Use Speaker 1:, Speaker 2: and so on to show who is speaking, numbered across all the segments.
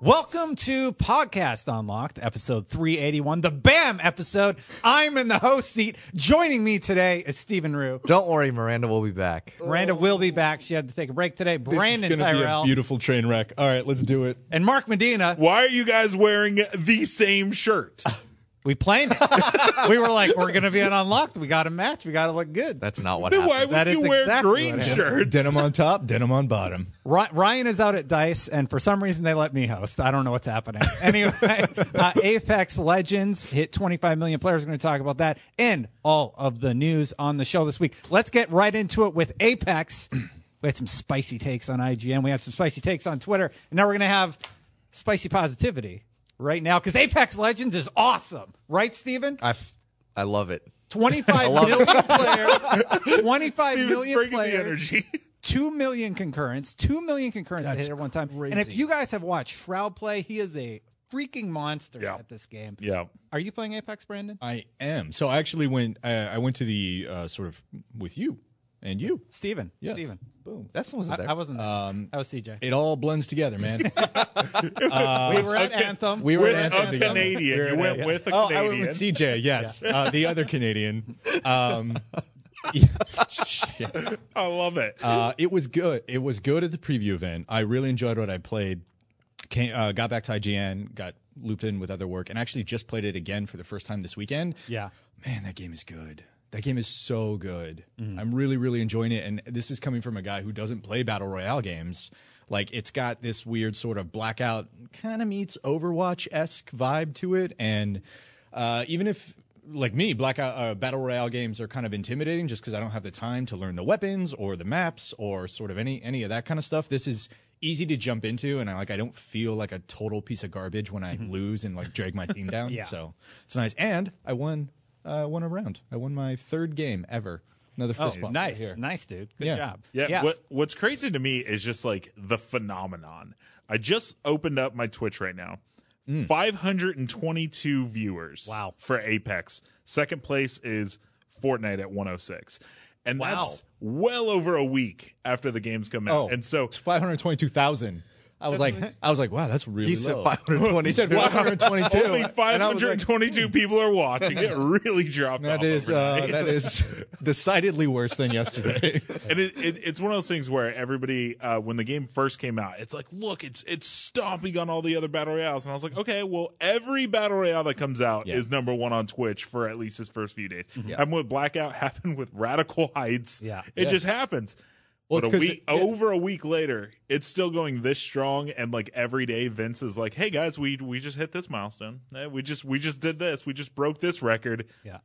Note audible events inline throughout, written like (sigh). Speaker 1: Welcome to Podcast Unlocked, episode 381, the BAM episode. I'm in the host seat. Joining me today is Stephen Rue.
Speaker 2: Don't worry, Miranda will be back.
Speaker 1: Miranda will be back. She had to take a break today. Brandon
Speaker 3: this is gonna
Speaker 1: Tyrell
Speaker 3: be a beautiful train wreck. All right, let's do it.
Speaker 1: and Mark Medina.
Speaker 3: Why are you guys wearing the same shirt? (laughs)
Speaker 1: We planned it. we were like, we're going to be an Unlocked. We got a match. We got to look good.
Speaker 2: That's not what
Speaker 3: Then
Speaker 2: happened.
Speaker 3: why
Speaker 1: That
Speaker 3: would you
Speaker 1: is
Speaker 3: wear
Speaker 1: exactly
Speaker 3: green
Speaker 1: what I-
Speaker 3: shirts?
Speaker 4: denim on top, denim on bottom.
Speaker 1: Ry- Ryan is out at Dice, and for some reason they let me host. I don't know what's happening. (laughs) Anyway, uh, Apex Legends hit 25 million players. We're going to talk about that and all of the news on the show this week. Let's get right into it with Apex. (clears throat) We had some spicy takes on IGN. We had some spicy takes on Twitter, and now we're going to have spicy positivity right now because Apex Legends is awesome, right, Steven?
Speaker 2: I, f- I love it. (laughs)
Speaker 1: 25 million players. 25
Speaker 3: Steven's
Speaker 1: million
Speaker 3: bringing
Speaker 1: players
Speaker 3: the energy. (laughs)
Speaker 1: two million concurrents, two million concurrents to hit at one time. And if you guys have watched Shroud play, he is a freaking monster
Speaker 3: Yeah.
Speaker 1: at this game.
Speaker 3: yeah.
Speaker 1: Are you playing Apex, Brandon?
Speaker 4: I am. So I actually went. Uh, I went to the uh, sort of with you and you.
Speaker 1: Steven.
Speaker 4: Yes. Um,
Speaker 1: Steven.
Speaker 4: Boom.
Speaker 2: That wasn't
Speaker 1: I,
Speaker 2: there.
Speaker 1: I wasn't there. that was CJ.
Speaker 4: It all blends together,
Speaker 2: (laughs)
Speaker 4: man.
Speaker 1: we were at Anthem.
Speaker 4: uh, We were
Speaker 3: With
Speaker 4: at
Speaker 3: a
Speaker 4: Anthem together.
Speaker 3: Canadian.
Speaker 4: We were
Speaker 3: You
Speaker 4: at
Speaker 3: went
Speaker 4: Anthem.
Speaker 3: with a
Speaker 4: oh, I went
Speaker 3: Canadian.
Speaker 4: with CJ. Yes, uh, the other (laughs) Canadian. Um, yeah. (laughs) Shit.
Speaker 3: I love it.
Speaker 4: Uh, it was good. It was good at the preview event. I really enjoyed what I played. Came, uh, got back to IGN, got looped in with other work, and actually just played it again for the first time this weekend.
Speaker 1: Yeah.
Speaker 4: man, that game is good. That game is so good. I'm really, really enjoying it. And this is coming from a guy who doesn't play battle royale games. Like it's got this weird sort of blackout kind of meets Overwatch esque vibe to it. And uh, even if like me, blackout uh, battle royale games are kind of intimidating just because I don't have the time to learn the weapons or the maps or sort of any any of that kind of stuff. This is easy to jump into, and I like I don't feel like a total piece of garbage when I lose and like drag my team down.
Speaker 1: Mm-hmm. (laughs) Yeah.
Speaker 4: So it's nice, and I won uh, won a round. I won my third game ever. Another first one.
Speaker 1: Oh, nice. Nice, dude. Good
Speaker 4: Yeah.
Speaker 1: job.
Speaker 3: Yeah. What, what's crazy to me is just like the phenomenon. I just opened up my Twitch right now.
Speaker 4: Hmm.
Speaker 3: 522 viewers.
Speaker 1: Wow.
Speaker 3: For Apex. Second place is Fortnite at 106. And that's well over a week after the games come out.
Speaker 4: Oh,
Speaker 3: And
Speaker 4: (laughs)
Speaker 3: so
Speaker 4: five hundred twenty-two thousand. I was like, I was like, wow, that's really
Speaker 2: You said
Speaker 4: low.
Speaker 2: 522.
Speaker 4: (laughs) You said 522.
Speaker 3: (laughs) only
Speaker 4: And I was like,
Speaker 3: 522 people are
Speaker 4: (laughs)
Speaker 3: watching. It really dropped
Speaker 4: That
Speaker 3: off.
Speaker 4: is uh,
Speaker 3: overnight.
Speaker 1: (laughs)
Speaker 4: that is decidedly worse than yesterday.
Speaker 3: (laughs) and it, it, it's one of those things where everybody, uh, when the game first came out, it's like, look, it's it's stomping on all the other battle royales, and I was like, okay, well, every battle royale that comes out
Speaker 4: Yeah. Mm-hmm.
Speaker 3: is number one on Twitch for at least its first few days. Happened with Blackout, (laughs) happened with Radical Heights.
Speaker 1: Yeah.
Speaker 3: it
Speaker 4: Yeah.
Speaker 3: just happens.
Speaker 4: Well, it's
Speaker 3: but a
Speaker 4: 'cause
Speaker 3: week,
Speaker 4: it- yeah.
Speaker 3: over a week later, it's still going this strong, and like every day, Vince is like, "Hey guys, we we just hit this milestone. Eh, We just we just did this. We just broke this record."
Speaker 1: Yeah.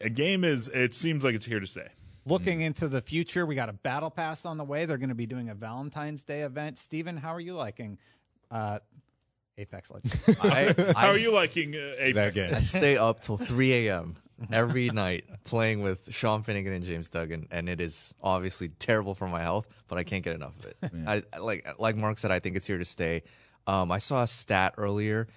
Speaker 3: A game is. It seems like it's here to stay.
Speaker 1: Looking into the future, we got a battle pass on the way. They're going to be doing a Valentine's Day event. Steven, how are you liking uh, Apex Legends?
Speaker 2: I, I
Speaker 3: (laughs) How are you liking uh, Apex?
Speaker 2: I stay up till 3 a.m. every night playing with Sean Finnegan and James Duggan, and it is obviously terrible for my health, but I can't get enough of it. I- I like like Mark said, I think it's here to stay. Um, I saw a stat earlier.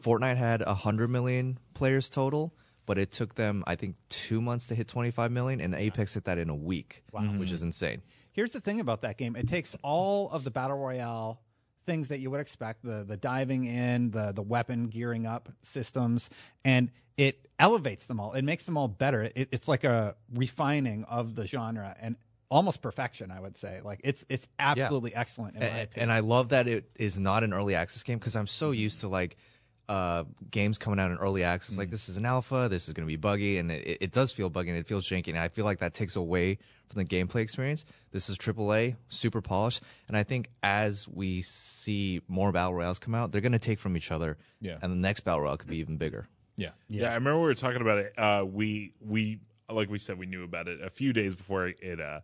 Speaker 2: Fortnite had 100 million players total. but it took them I think two months to hit 25 million, and Apex hit that in a week, which is insane.
Speaker 1: Here's the thing about that game. It takes all of the battle royale things that you would expect, the the diving in, the the weapon gearing up systems, and it elevates them all. It makes them all better. It, it's like a refining of the genre and almost perfection, I would say. Like it's it's absolutely excellent in my
Speaker 2: A-
Speaker 1: opinion. Mm-hmm.
Speaker 2: and I love that it is not an early access game because I'm so used to like uh, games coming out in early access.
Speaker 1: Mm-hmm.
Speaker 2: Like this is an alpha, this is going to be buggy, and it, it does feel buggy and it feels janky. And I feel like that takes away from the gameplay experience. This is AAA, super polished, and I think as we see more battle royales come out, they're going to take from each other.
Speaker 4: Yeah.
Speaker 2: and the next battle royale could be even bigger.
Speaker 4: Yeah.
Speaker 3: Yeah. I remember we were talking about it. Uh, we we like we said we knew about it a few days before it uh,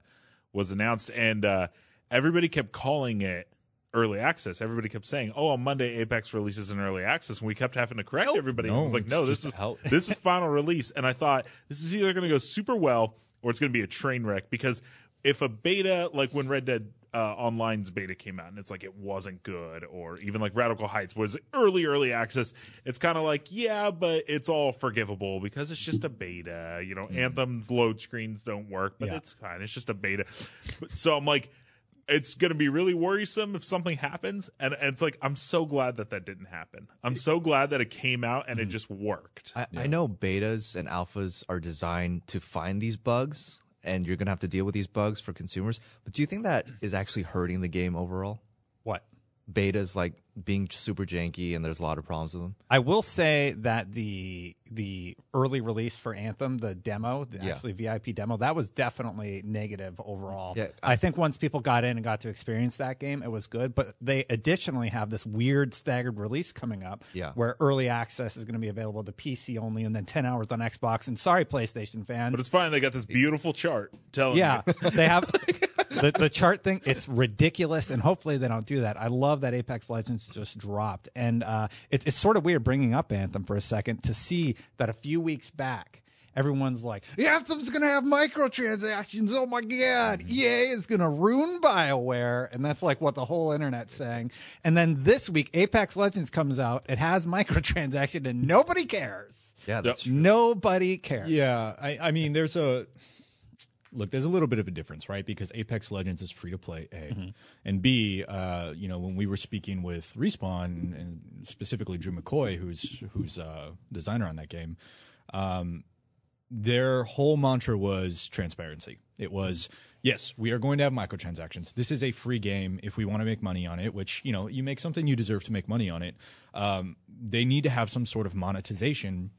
Speaker 3: was announced, and uh, everybody kept calling it early access. Everybody kept saying, "Oh, on Monday Apex releases an early access," and we kept having to correct everybody.
Speaker 4: No,
Speaker 3: it was like,
Speaker 4: it's
Speaker 3: "No, this
Speaker 4: just
Speaker 3: is
Speaker 4: out." (laughs)
Speaker 3: this is final release," and I thought this is either going to go super well or it's going to be a train wreck because if a beta like when Red Dead uh, Online's beta came out and it's like it wasn't good, or even like Radical Heights was early, early access. It's kind of like, yeah, but it's all forgivable because it's just a beta. You know, Anthem's load screens don't work, but it's fine. It's just a beta. But, so I'm like, it's going to be really worrisome if something happens. And, and it's like, I'm so glad that that didn't happen. I'm so glad that it came out and it just worked.
Speaker 2: I, I know betas and alphas are designed to find these bugs, and you're going to have to deal with these bugs for consumers. But do you think that is actually hurting the game overall?
Speaker 1: what?
Speaker 2: Betas like being super janky, and there's a lot of problems with them.
Speaker 1: I will say that the the early release for Anthem, the demo, the
Speaker 2: Yeah.
Speaker 1: actually VIP demo, that was definitely negative overall.
Speaker 2: Yeah,
Speaker 1: I, think once people got in and got to experience that game, it was good. But they additionally have this weird staggered release coming up,
Speaker 2: Yeah.
Speaker 1: where early access is going to be available to PC only, and then ten hours on Xbox. And sorry, PlayStation fans,
Speaker 3: But it's fine. They got this beautiful chart telling you.
Speaker 1: yeah, they
Speaker 2: (laughs)
Speaker 1: have the, the chart thing. It's ridiculous, and hopefully they don't do that. I love that Apex Legends just dropped, and uh, it, it's sort of weird bringing up Anthem for a second to see that a few weeks back. Everyone's like, Anthem's gonna have microtransactions. Oh my
Speaker 2: Mm-hmm.
Speaker 1: god, EA is gonna ruin Bioware, and that's like what the whole internet's saying. And then this week, Apex Legends comes out. It has (laughs) microtransaction, and nobody cares.
Speaker 2: Yeah, that's
Speaker 1: Nobody cares.
Speaker 4: Yeah, I, I mean, there's a look. There's a little bit of a difference, right? Because Apex Legends is free to play, a, and b. Uh, you know, when we were speaking with Respawn and specifically Drew McCoy, who's who's uh, designer on that game, their whole mantra was transparency. It was, yes, we are going to have microtransactions. This is a free game. If we want to make money on it, which, you know, you make something, you deserve to make money on it. Um, they need to have some sort of monetization,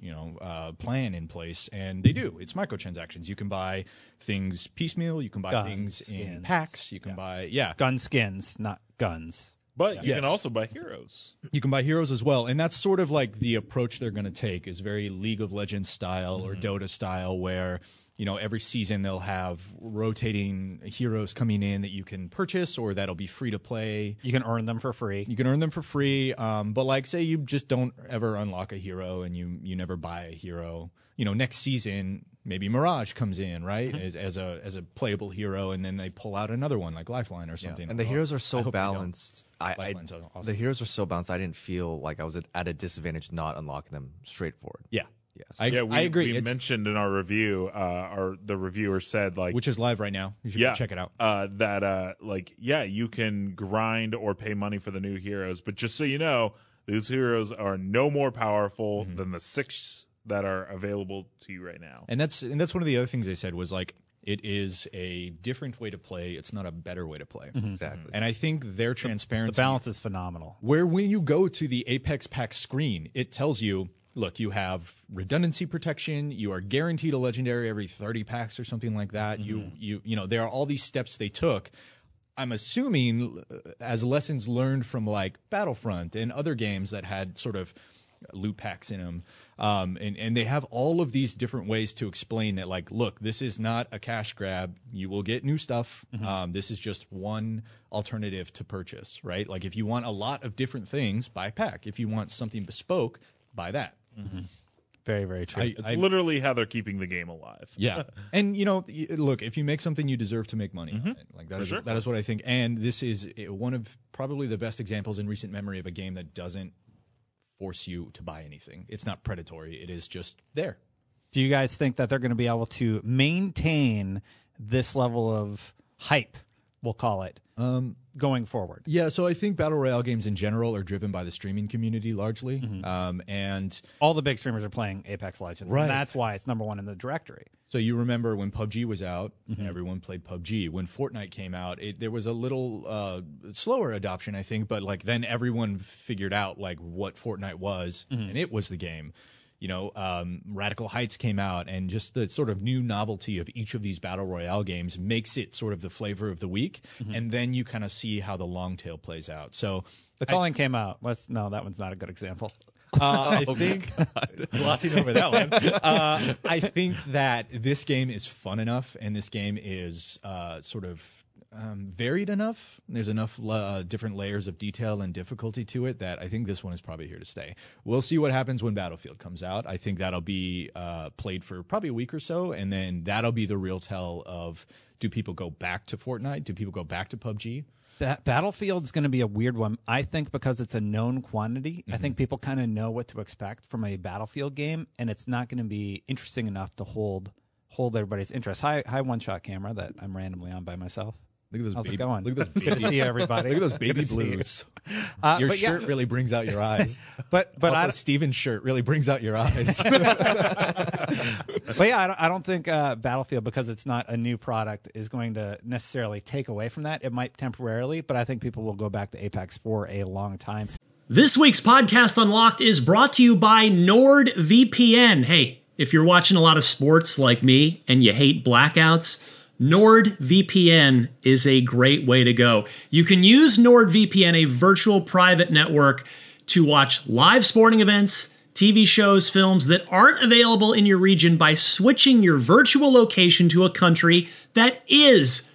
Speaker 4: you know, uh, plan in place. And they do. It's microtransactions. You can buy things piecemeal. You can buy
Speaker 1: Guns,
Speaker 4: things in
Speaker 1: skins.
Speaker 4: packs. You can buy, yeah.
Speaker 1: Gun skins, not guns.
Speaker 3: But you
Speaker 4: Yes.
Speaker 3: can also buy heroes.
Speaker 4: You can buy heroes as well, and that's sort of like the approach they're going to take is very League of Legends style or
Speaker 2: Mm-hmm.
Speaker 4: Dota style, where you know every season they'll have rotating heroes coming in that you can purchase or that'll be free to play.
Speaker 1: You can earn them for free.
Speaker 4: You can earn them for free, um, but like say you just don't ever unlock a hero and you you never buy a hero. You know, next season maybe Mirage comes in right
Speaker 2: Mm-hmm.
Speaker 4: as, as a as a playable hero, and then they pull out another one like Lifeline or something.
Speaker 2: and the heroes are so
Speaker 4: hope they don't.
Speaker 2: balanced. I, I,
Speaker 4: Lifelines are awesome.
Speaker 2: the heroes are so balanced. I didn't feel like I was at- at a disadvantage not unlocking them straightforward.
Speaker 4: yeah.
Speaker 2: Yes.
Speaker 4: I,
Speaker 3: Yeah, we,
Speaker 4: I agree.
Speaker 3: we
Speaker 4: It's-
Speaker 3: mentioned in our review, uh, our the reviewer said like
Speaker 4: which is live right now. You should go
Speaker 3: yeah,
Speaker 4: check it out.
Speaker 3: Uh, that uh, like yeah, you can grind or pay money for the new heroes, but just so you know, these heroes are no more powerful than the six that are available to you right now.
Speaker 4: Mm-hmm. And that's and that's one of the other things they said was like it is a different way to play. It's not a better way to play.
Speaker 2: exactly.
Speaker 4: And I think their transparency,
Speaker 1: Balance is phenomenal.
Speaker 4: where when you go to the Apex Pack screen, it tells you, look, you have redundancy protection. You are guaranteed a legendary every thirty packs or something like that. You you you know there are all these steps they took. I'm assuming uh, as lessons learned from like Battlefront and other games that had sort of loot packs in them. Um, and, and they have all of these different ways to explain that, like, look, this is not a cash grab. You will get new stuff.
Speaker 3: Mm-hmm.
Speaker 4: Um, this is just one alternative to purchase, right? Like, if you want a lot of different things, buy pack. If you want something bespoke, buy that.
Speaker 1: Very, very true.
Speaker 4: I,
Speaker 3: It's
Speaker 4: I-
Speaker 3: literally how they're keeping the game alive. (laughs)
Speaker 4: yeah, and you know, y- look, if you make something, you deserve to make money. On it. Like that is
Speaker 3: Mm-hmm. sure.
Speaker 4: that is what I think. eh, And this is uh, one of probably the best examples in recent memory of a game that doesn't force you to buy anything. It's not predatory. It is just there.
Speaker 1: Do you guys think that they're going to be able to maintain this level of hype? We'll call it going forward.
Speaker 4: Yeah, so I think battle royale games in general are driven by the streaming community largely, um, and
Speaker 1: All the big streamers are playing Apex Legends.
Speaker 4: Right.
Speaker 1: And that's why it's number one in the directory.
Speaker 4: So you remember when PUBG was out, and everyone played PUBG. When Fortnite came out, it, there was a little uh, slower adoption, I think, but like then everyone figured out like what Fortnite was, and it was the game. You know, um, Radical Heights came out, and just the sort of new novelty of each of these battle royale games makes it sort of the flavor of the week, and then you kind of see how the long tail plays out. So
Speaker 1: The calling came out. Let's no, that one's not a good example.
Speaker 4: uh, I think (laughs) glossing over that one. Uh, I think that this game is fun enough, and this game is uh, sort of um, varied enough. There's enough uh, different layers of detail and difficulty to it that I think this one is probably here to stay. We'll see what happens when Battlefield comes out. I think that'll be uh, played for probably a week or so, and then that'll be the real tell of do people go back to Fortnite? Do people go back to PUBG?
Speaker 1: Ba- Battlefield's going to be a weird one. I think because it's a known quantity, I
Speaker 4: Mm-hmm.
Speaker 1: think people kind of know what to expect from a Battlefield game, and it's not going to be interesting enough to hold hold everybody's interest. Hi, hi, one shot camera that I'm randomly on by myself.
Speaker 4: Look at those
Speaker 1: How's
Speaker 4: baby-
Speaker 1: it going?
Speaker 4: Look at those
Speaker 1: (laughs) Good to
Speaker 4: baby-
Speaker 1: see you, everybody.
Speaker 4: (laughs) Look at those
Speaker 1: Good
Speaker 4: baby
Speaker 1: to see you.
Speaker 4: blues.
Speaker 1: Uh,
Speaker 4: your
Speaker 1: but yeah.
Speaker 4: shirt really brings out your eyes.
Speaker 1: But but
Speaker 4: also,
Speaker 1: I,
Speaker 4: Steven's shirt really brings out your (laughs) eyes.
Speaker 1: but yeah, I don't, I don't think uh, Battlefield because it's not a new product is going to necessarily take away from that. It might temporarily, but I think people will go back to Apex for a long time.
Speaker 5: This week's podcast unlocked is brought to you by NordVPN. Hey, if you're watching a lot of sports like me and you hate blackouts, NordVPN is a great way to go. You can use NordVPN, a virtual private network, to watch live sporting events, TV shows, films that aren't available in your region by switching your virtual location to a country that is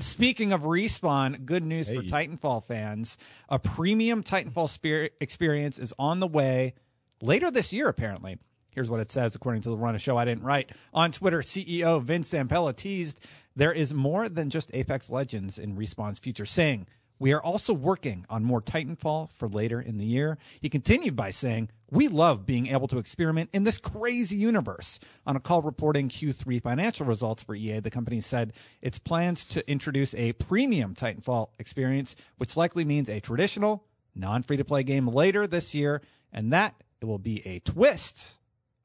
Speaker 1: Speaking of respawn, good news for
Speaker 4: Hey.
Speaker 1: Titanfall fans. A premium Titanfall spirit experience is on the way later this year, apparently. Here's what it says, according to the run of show I didn't write. On Twitter, CEO Vince Zampella teased there is more than just Apex Legends in Respawn's future, saying, We are also working on more Titanfall for later in the year. He continued by saying, We love being able to experiment in this crazy universe. On a call reporting Q3 financial results for EA, the company said its plans to introduce a premium Titanfall experience, which likely means a traditional, non free to play game later this year, and that it will be a twist,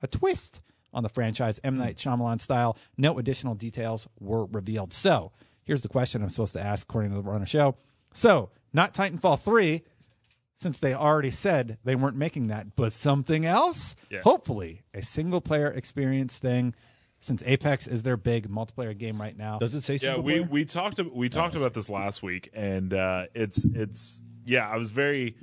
Speaker 1: a twist on the franchise, M. Night Shyamalan style. No additional details were revealed. So here's the question I'm supposed to ask according to the runner show. So, not Titanfall 3, since they already said they weren't making that, but something else?
Speaker 6: Yeah.
Speaker 1: Hopefully, a single player experience thing. Since Apex is their big multiplayer game right now, does it say?
Speaker 3: yeah we we talked ab- we talked about this last week and uh it's it's yeah i was very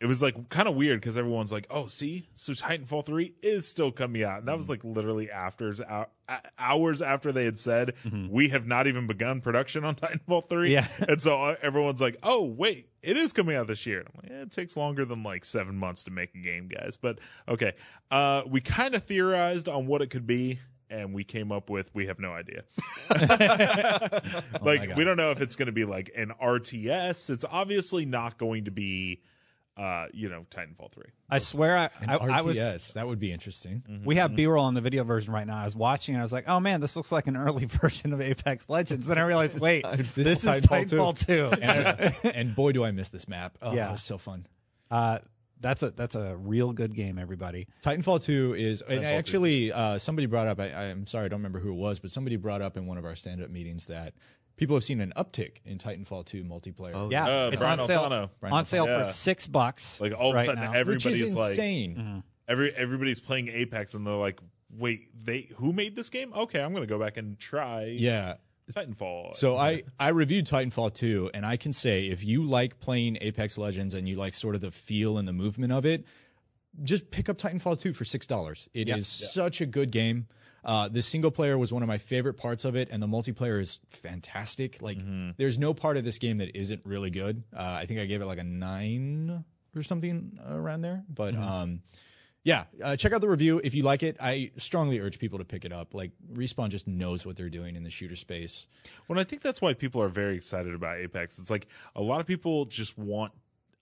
Speaker 3: it was like kind of weird because everyone's like oh see so titanfall 3 is still coming out and that was like literally after hou- a- hours after they had said we have not even begun production on titanfall 3
Speaker 1: Yeah.
Speaker 3: (laughs) and so uh, everyone's like oh wait it is coming out this year I'm like, "Eh, it takes longer than like seven months to make a game guys but okay uh we kind of theorized on what it could be and we came up with we have no idea
Speaker 4: Oh
Speaker 3: like we don't know if it's going to be like an RTS. It's obviously not going to be, uh, you know, Titanfall three.
Speaker 1: I swear, I, I, I was.
Speaker 4: RTS, that would be interesting.
Speaker 1: We
Speaker 3: Mm-hmm.
Speaker 1: have B roll on the video version right now. I was watching and I was like, oh man, this looks like an early (laughs) version of Apex Legends. Then I realized,
Speaker 3: (laughs)
Speaker 1: wait, this, is Titanfall 2.
Speaker 4: and, uh, and boy, do I miss this map. Oh,
Speaker 1: Yeah.
Speaker 4: it was so fun.
Speaker 1: Uh, that's a that's a real good game, everybody.
Speaker 4: Titanfall 2 is, and
Speaker 1: Titanfall
Speaker 4: I
Speaker 1: 2.
Speaker 4: actually, uh, somebody brought up, I, I'm sorry, I don't remember who it was, but somebody brought up in one of our stand up meetings that people have seen an uptick in Titanfall 2 multiplayer.
Speaker 1: yeah,
Speaker 3: Uh,
Speaker 1: it's
Speaker 3: Brian
Speaker 1: on sale
Speaker 3: Alfano. Brian
Speaker 1: on sale
Speaker 3: Alfano.
Speaker 1: for
Speaker 3: Yeah.
Speaker 1: six bucks.
Speaker 3: Like all of
Speaker 1: right
Speaker 3: a sudden,
Speaker 1: now.
Speaker 3: everybody's
Speaker 4: insane.
Speaker 3: like, every everybody's playing Apex, and they're like, wait, they who made this game? Okay, I'm going to go back and try.
Speaker 4: Yeah.
Speaker 3: Titanfall.
Speaker 4: So I I reviewed Titanfall 2 and I can say if you like playing Apex Legends and you like sort of the feel and the movement of it, just pick up Titanfall 2 for $6. It is
Speaker 2: Yeah. Yeah.
Speaker 4: such a good game. Uh, the single player was one of my favorite parts of it, and the multiplayer is fantastic. Like,
Speaker 2: Mm-hmm.
Speaker 4: there's no part of this game that isn't really good. Uh, I think I gave it like a nine or something around there. But
Speaker 2: Mm-hmm.
Speaker 4: um, yeah, uh, check out the review if you like it. I strongly urge people to pick it up. Like, Respawn just knows what they're doing in the shooter space.
Speaker 3: Well, I think that's why people are very excited about Apex. It's like a lot of people just want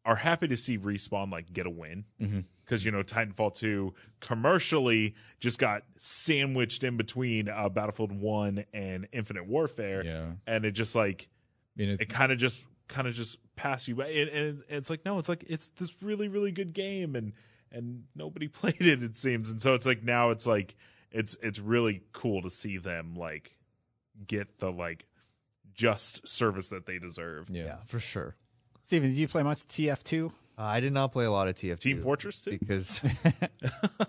Speaker 3: are happy to see respawn like get a win
Speaker 4: Mhm.
Speaker 3: because you know Titanfall two commercially just got sandwiched in between uh, Battlefield one and Infinite Warfare,
Speaker 4: Yeah.
Speaker 3: and it just like
Speaker 4: mean,
Speaker 3: it kind of just kind of just passed you by, and, and it's like no, it's like it's this really really good game, and and nobody (laughs) played it it seems, and so it's like now it's like it's it's really cool to see them like get the like just service that they deserve.
Speaker 4: Yeah, for sure.
Speaker 1: Steven, did you play much TF2?
Speaker 2: Uh, I did not play a lot of TF2.
Speaker 3: Team Fortress 2?
Speaker 2: Because, (laughs)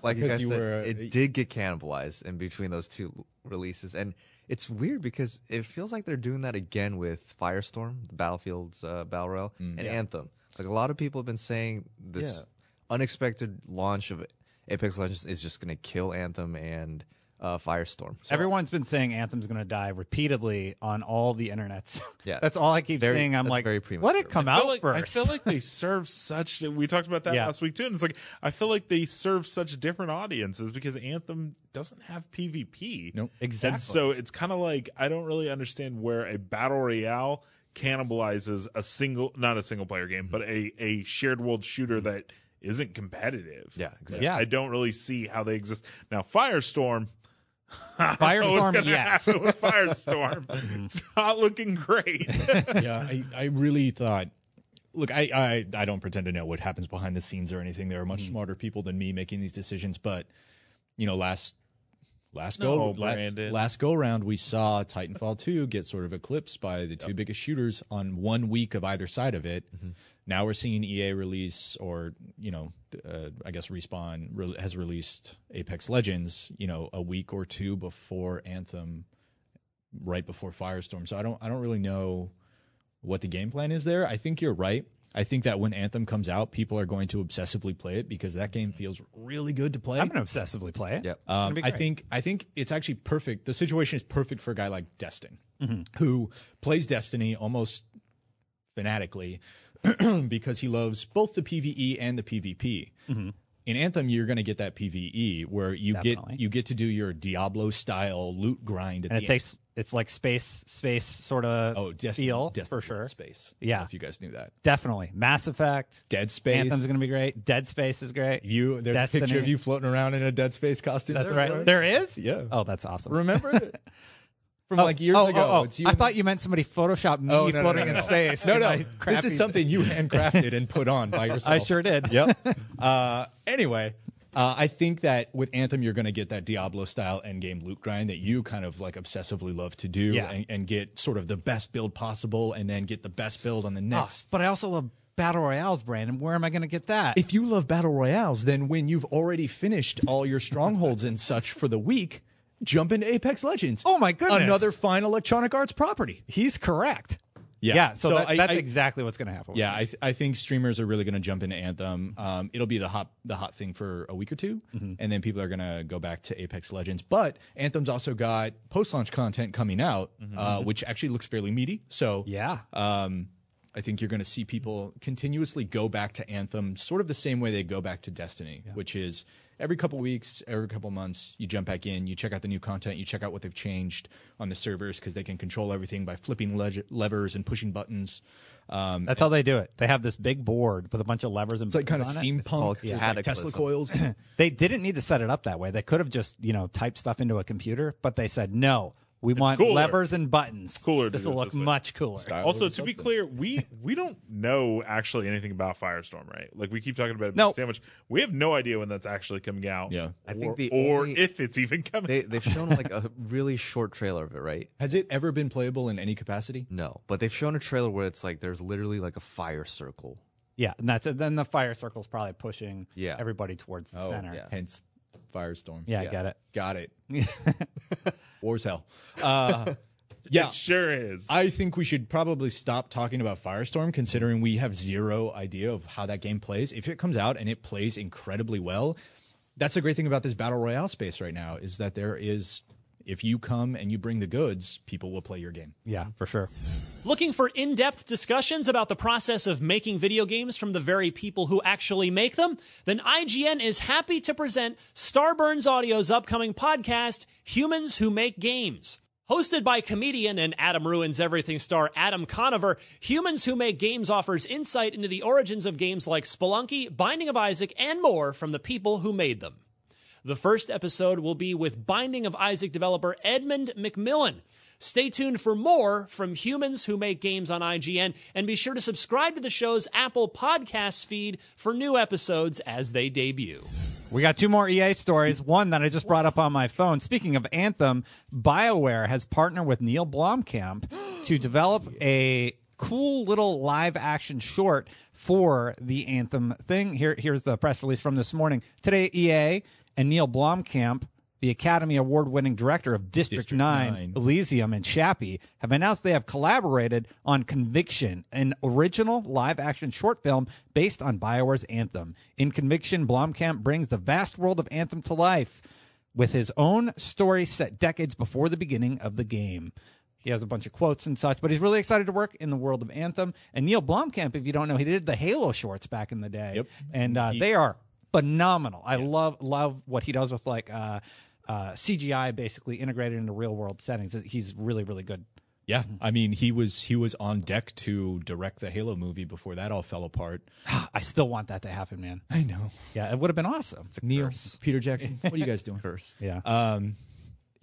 Speaker 2: like you
Speaker 4: Because
Speaker 2: guys
Speaker 4: you
Speaker 2: said,
Speaker 4: were, uh,
Speaker 2: it did get cannibalized in between those two l- releases. And it's weird because it feels like they're doing that again with Firestorm, the Battlefield's uh, Battle Royale, and
Speaker 4: Mm. Yeah.
Speaker 2: Anthem. Like a lot of people have been saying this
Speaker 4: Yeah.
Speaker 2: unexpected launch of Apex Legends is just going to kill Anthem and uh, Firestorm. So
Speaker 1: Everyone's been saying Anthem's going to die repeatedly on all the
Speaker 3: (laughs)
Speaker 1: internets.
Speaker 2: Yeah.
Speaker 1: that's all I keep
Speaker 2: Very-
Speaker 1: saying. I'm
Speaker 2: that's
Speaker 1: like,
Speaker 2: very
Speaker 1: let
Speaker 2: premature.
Speaker 1: it come
Speaker 3: I
Speaker 1: out
Speaker 3: feel like,
Speaker 1: first.
Speaker 3: I feel like they serve such. We talked about that
Speaker 1: Yeah.
Speaker 3: last week too, and it's like I feel like they serve such different audiences because Anthem doesn't have PvP.
Speaker 4: Nope.
Speaker 1: Exactly.
Speaker 3: And so it's kind of like I don't really understand where a battle royale cannibalizes a single, not a single player game, but a a shared world shooter that isn't competitive.
Speaker 2: Yeah,
Speaker 3: Like,
Speaker 2: exactly.
Speaker 1: Yeah.
Speaker 3: I don't really see how they exist now. Firestorm. (laughs) I don't know what's
Speaker 1: Firestorm,
Speaker 3: gonna
Speaker 1: yes.
Speaker 3: happen
Speaker 1: (laughs)
Speaker 3: with Firestorm. (laughs) it's not looking great.
Speaker 4: yeah, I, I really thought. Look, I, I I don't pretend to know what happens behind the scenes or anything. There are much
Speaker 3: Mm-hmm.
Speaker 4: smarter people than me making these decisions, but you know, last last
Speaker 3: No,
Speaker 4: go last,
Speaker 3: Brandon.
Speaker 4: last go round, we saw Titanfall two get sort of eclipsed by the two biggest shooters on one week of either side of it.
Speaker 3: Mm-hmm.
Speaker 4: Now we're seeing EA release, or you know, uh, I guess Respawn re- has released Apex Legends, you know, a week or two before Anthem, right before Firestorm. So I don't I don't really know what the game plan is there. I think you're right. I think that when Anthem comes out, people are going to obsessively play it because that game feels really good to play.
Speaker 1: I'm going to obsessively play it.
Speaker 2: Yep.
Speaker 4: Um,
Speaker 1: be
Speaker 4: I
Speaker 1: great.
Speaker 4: think I think it's actually perfect. The situation is perfect for a guy like Destin,
Speaker 1: Mm-hmm.
Speaker 4: who plays Destiny almost fanatically (clears throat) because he loves both the PVE and the PvP.
Speaker 1: Mm-hmm.
Speaker 4: In Anthem, you're going to get that PVE where you
Speaker 1: Definitely.
Speaker 4: get you get to do your Diablo style loot grind. At
Speaker 1: and
Speaker 4: the
Speaker 1: it takes it's like space space sort of
Speaker 4: end. oh Destiny,
Speaker 1: feel for
Speaker 4: Destiny
Speaker 1: sure.
Speaker 4: space. I don't know
Speaker 1: Yeah,
Speaker 4: if you guys knew that.
Speaker 1: definitely. Mass Effect,
Speaker 4: Dead Space.
Speaker 1: Anthem's going to be great. Dead Space is great.
Speaker 4: You there's a picture
Speaker 1: Destiny.
Speaker 4: of you floating around in a Dead Space costume.
Speaker 1: That's
Speaker 4: There,
Speaker 1: right.
Speaker 4: brother.
Speaker 1: There is.
Speaker 4: Yeah.
Speaker 1: Oh, that's awesome. (laughs)
Speaker 4: Remember it from
Speaker 1: Oh,
Speaker 4: like years
Speaker 1: oh,
Speaker 4: ago.
Speaker 1: Oh, oh.
Speaker 4: It's you
Speaker 1: I
Speaker 4: and-
Speaker 1: thought you meant somebody photoshopped me
Speaker 4: Oh, no, no,
Speaker 1: floating
Speaker 4: no, no,
Speaker 1: in
Speaker 4: no.
Speaker 1: space.
Speaker 4: No,
Speaker 1: in
Speaker 4: no,
Speaker 1: my
Speaker 4: this
Speaker 1: crappy- (laughs)
Speaker 4: is something you handcrafted and put on by yourself.
Speaker 1: I sure did.
Speaker 4: Yep. Uh, anyway, Uh, I think that with Anthem, you're going to get that Diablo style endgame loot grind that you kind of like obsessively love to do
Speaker 1: Yeah.
Speaker 4: and, and get sort of the best build possible and then get the best build on the next.
Speaker 1: Ah, but I also love battle royales, Brandon. Where am I going to get that?
Speaker 4: If you love battle royales, then when you've already finished all your strongholds and such for the week, jump into Apex Legends.
Speaker 1: Oh my goodness.
Speaker 4: Another fine Electronic Arts property.
Speaker 1: He's correct.
Speaker 4: Yeah.
Speaker 1: Yeah. So,
Speaker 4: So
Speaker 1: that-
Speaker 4: I-
Speaker 1: that's
Speaker 4: I-
Speaker 1: exactly what's going to happen.
Speaker 4: Yeah, I, th- I think streamers are really going to jump into Anthem. Um, it'll be the hot the hot thing for a week or 2
Speaker 1: Mm-hmm.
Speaker 4: and then people are going to go back to Apex Legends. But Anthem's also got post launch content coming out, uh, which actually looks fairly meaty. So
Speaker 1: Mm-hmm. yeah,
Speaker 4: um, I think you're going to see people continuously go back to Anthem, sort of the same way they go back to Destiny, which is every couple weeks, every couple months, you jump back in, you check out the new content, you check out what they've changed on the servers because they can control everything by flipping leg- levers and pushing buttons. Um,
Speaker 1: That's how they do it. They have this big board with a bunch of levers and
Speaker 4: it's like kind of
Speaker 1: buttons on it.
Speaker 4: steampunk.
Speaker 1: Yeah.
Speaker 4: There's like Tesla (laughs) coils.
Speaker 1: they didn't need to set it up that way. They could have just, you know, typed stuff into a computer, but they said, no, we want
Speaker 3: cooler.
Speaker 1: levers and buttons. Cooler. This will
Speaker 3: do it
Speaker 1: look
Speaker 3: this way.
Speaker 1: much cooler.
Speaker 3: also, to be clear, we we don't know actually anything about Firestorm, right? Like we keep talking about it
Speaker 1: No.
Speaker 3: being sandwich. We have no idea when that's actually coming out.
Speaker 4: Yeah.
Speaker 3: I
Speaker 2: I
Speaker 3: think or,
Speaker 2: think the
Speaker 3: or
Speaker 2: only-
Speaker 3: if it's even coming.
Speaker 2: (laughs) They, they've shown like a really short trailer of it, right?
Speaker 4: Has it ever been playable in any capacity?
Speaker 2: No, but they've shown a trailer where it's like there's literally like a fire circle.
Speaker 1: Yeah. And that's it. Then the fire circle's probably pushing
Speaker 2: Yeah.
Speaker 1: everybody towards the
Speaker 3: Oh,
Speaker 1: center.
Speaker 2: yeah.
Speaker 4: Hence, Firestorm.
Speaker 1: Yeah, I get it.
Speaker 4: Got (laughs) it. War's hell. Uh, yeah.
Speaker 3: It sure is.
Speaker 4: I think we should probably stop talking about Firestorm, considering we have zero idea of how that game plays. If it comes out and it plays incredibly well, that's the great thing about this battle royale space right now is that there is, if you come and you bring the goods, people will play your game.
Speaker 1: Yeah, for sure.
Speaker 5: Looking for in depth discussions about the process of making video games from the very people who actually make them? Then IGN is happy to present Starburns Audio's upcoming podcast, Humans Who Make Games. Hosted by comedian and Adam Ruins Everything star Adam Conover, Humans Who Make Games offers insight into the origins of games like Spelunky, Binding of Isaac, and more from the people who made them. The first episode will be with Binding of Isaac developer Edmund McMillan. Stay tuned for more from humans who make games on IGN, and be sure to subscribe to the show's Apple Podcasts feed for new episodes as they debut.
Speaker 1: We got two more EA stories. One that I just brought up on my phone. Speaking of Anthem, BioWare has partnered with Neil Blomkamp (gasps) to develop a cool little live action short for the Anthem thing. Here, here's the press release from this morning. Today, EA and Neil Blomkamp, the Academy Award winning director of District, 9,
Speaker 4: Nine.
Speaker 1: Elysium, and Chappie, have announced they have collaborated on Conviction, an original live action short film based on BioWare's Anthem. In Conviction, Blomkamp brings the vast world of Anthem to life with his own story set decades before the beginning of the game. He has a bunch of quotes and such, but he's really excited to work in the world of Anthem. And Neil Blomkamp, if you don't know, he did the Halo shorts back in the day.
Speaker 4: Yep.
Speaker 1: And uh, they are phenomenal. I love love what he does with like uh, uh, CGI basically integrated into real world settings. He's really really good.
Speaker 4: Yeah, I mean, he was he was on deck to direct the Halo movie before that all fell apart.
Speaker 1: I still want that to happen, man.
Speaker 4: I know.
Speaker 1: Yeah, it would have been awesome.
Speaker 4: Neil, Peter Jackson, what are you guys doing?
Speaker 1: Yeah.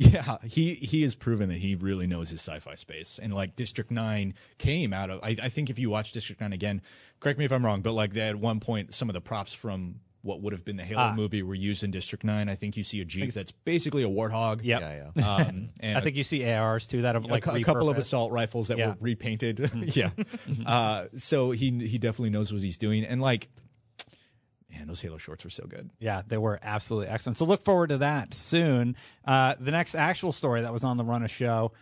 Speaker 4: Yeah, he he has proven that he really knows his sci-fi space, and like District Nine came out of. I, I think if you watch District Nine again, correct me if I'm wrong, but like they- at one point, some of the props from what would have been the Halo
Speaker 1: Ah.
Speaker 4: movie were used in District Nine. I think you see a jeep that's basically a warthog.
Speaker 1: Yep.
Speaker 2: (laughs) Yeah,
Speaker 1: (laughs)
Speaker 2: yeah.
Speaker 4: um, and
Speaker 1: I think you see ARs too that have
Speaker 4: a,
Speaker 1: like
Speaker 4: cou- a couple of
Speaker 1: repurposed.
Speaker 4: assault rifles that
Speaker 1: Yeah. Mm-hmm.
Speaker 4: were repainted. (laughs) yeah, uh, so he he definitely knows what he's doing, and like, man, those Halo shorts were so good.
Speaker 1: Yeah, they were absolutely excellent. So look forward to that soon. Uh, the next actual story that was on the Run of Show.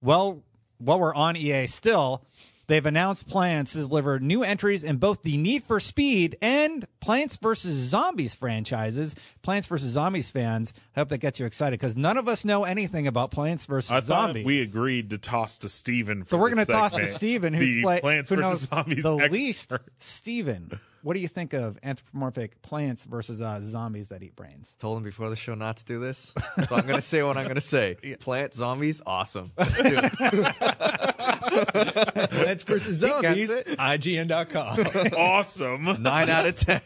Speaker 1: Well, while we're on EA still, they've announced plans to deliver new entries in both the Need for Speed and Plants vs. Zombies franchises. Plants vs. Zombies fans, I hope that gets you excited because none of us know anything about Plants vs.
Speaker 3: I thought
Speaker 1: Zombies.
Speaker 3: we agreed to toss to Steven. For
Speaker 1: so we're going
Speaker 3: this
Speaker 1: to toss to
Speaker 3: segment,
Speaker 1: Steven,
Speaker 3: the
Speaker 1: who's play,
Speaker 3: Plants
Speaker 1: who knows
Speaker 3: vs. Zombies
Speaker 1: the
Speaker 3: expert.
Speaker 1: least. (laughs) Steven, what do you think of anthropomorphic plants versus uh, zombies that eat brains?
Speaker 2: Told him before the show not to do this, so I'm gonna say what I'm gonna say. Plant zombies, awesome. Dude,
Speaker 4: Plants
Speaker 1: (laughs)
Speaker 4: vs Zombies, IGN.com.
Speaker 3: (laughs) (laughs) awesome.
Speaker 2: nine out of ten.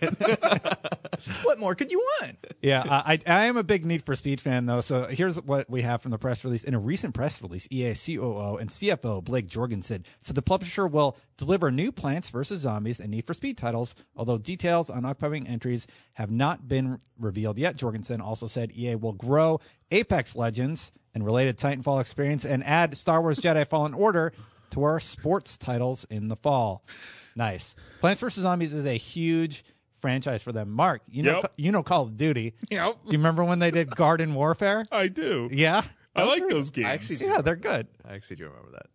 Speaker 4: what more could you want?
Speaker 1: Yeah, I, I I am a big Need for Speed fan, though. So here's what we have from the press release. In a recent press release, EA COO and CFO Blake Jorgensen said the publisher will deliver new Plants vs. Zombies and Need for Speed titles, although details on upcoming entries have not been revealed yet. Jorgensen also said EA will grow Apex Legends and related Titanfall experience and add Star Wars Jedi Fallen Order to our sports titles in the fall. Nice. Plants vs. Zombies is a huge franchise for them. Mark, you know
Speaker 3: Yep.
Speaker 1: you know Call of Duty. Do you remember when they did Garden Warfare?
Speaker 3: I do.
Speaker 1: Yeah.
Speaker 3: I like those games.
Speaker 1: yeah, they're good.
Speaker 2: I actually do remember that.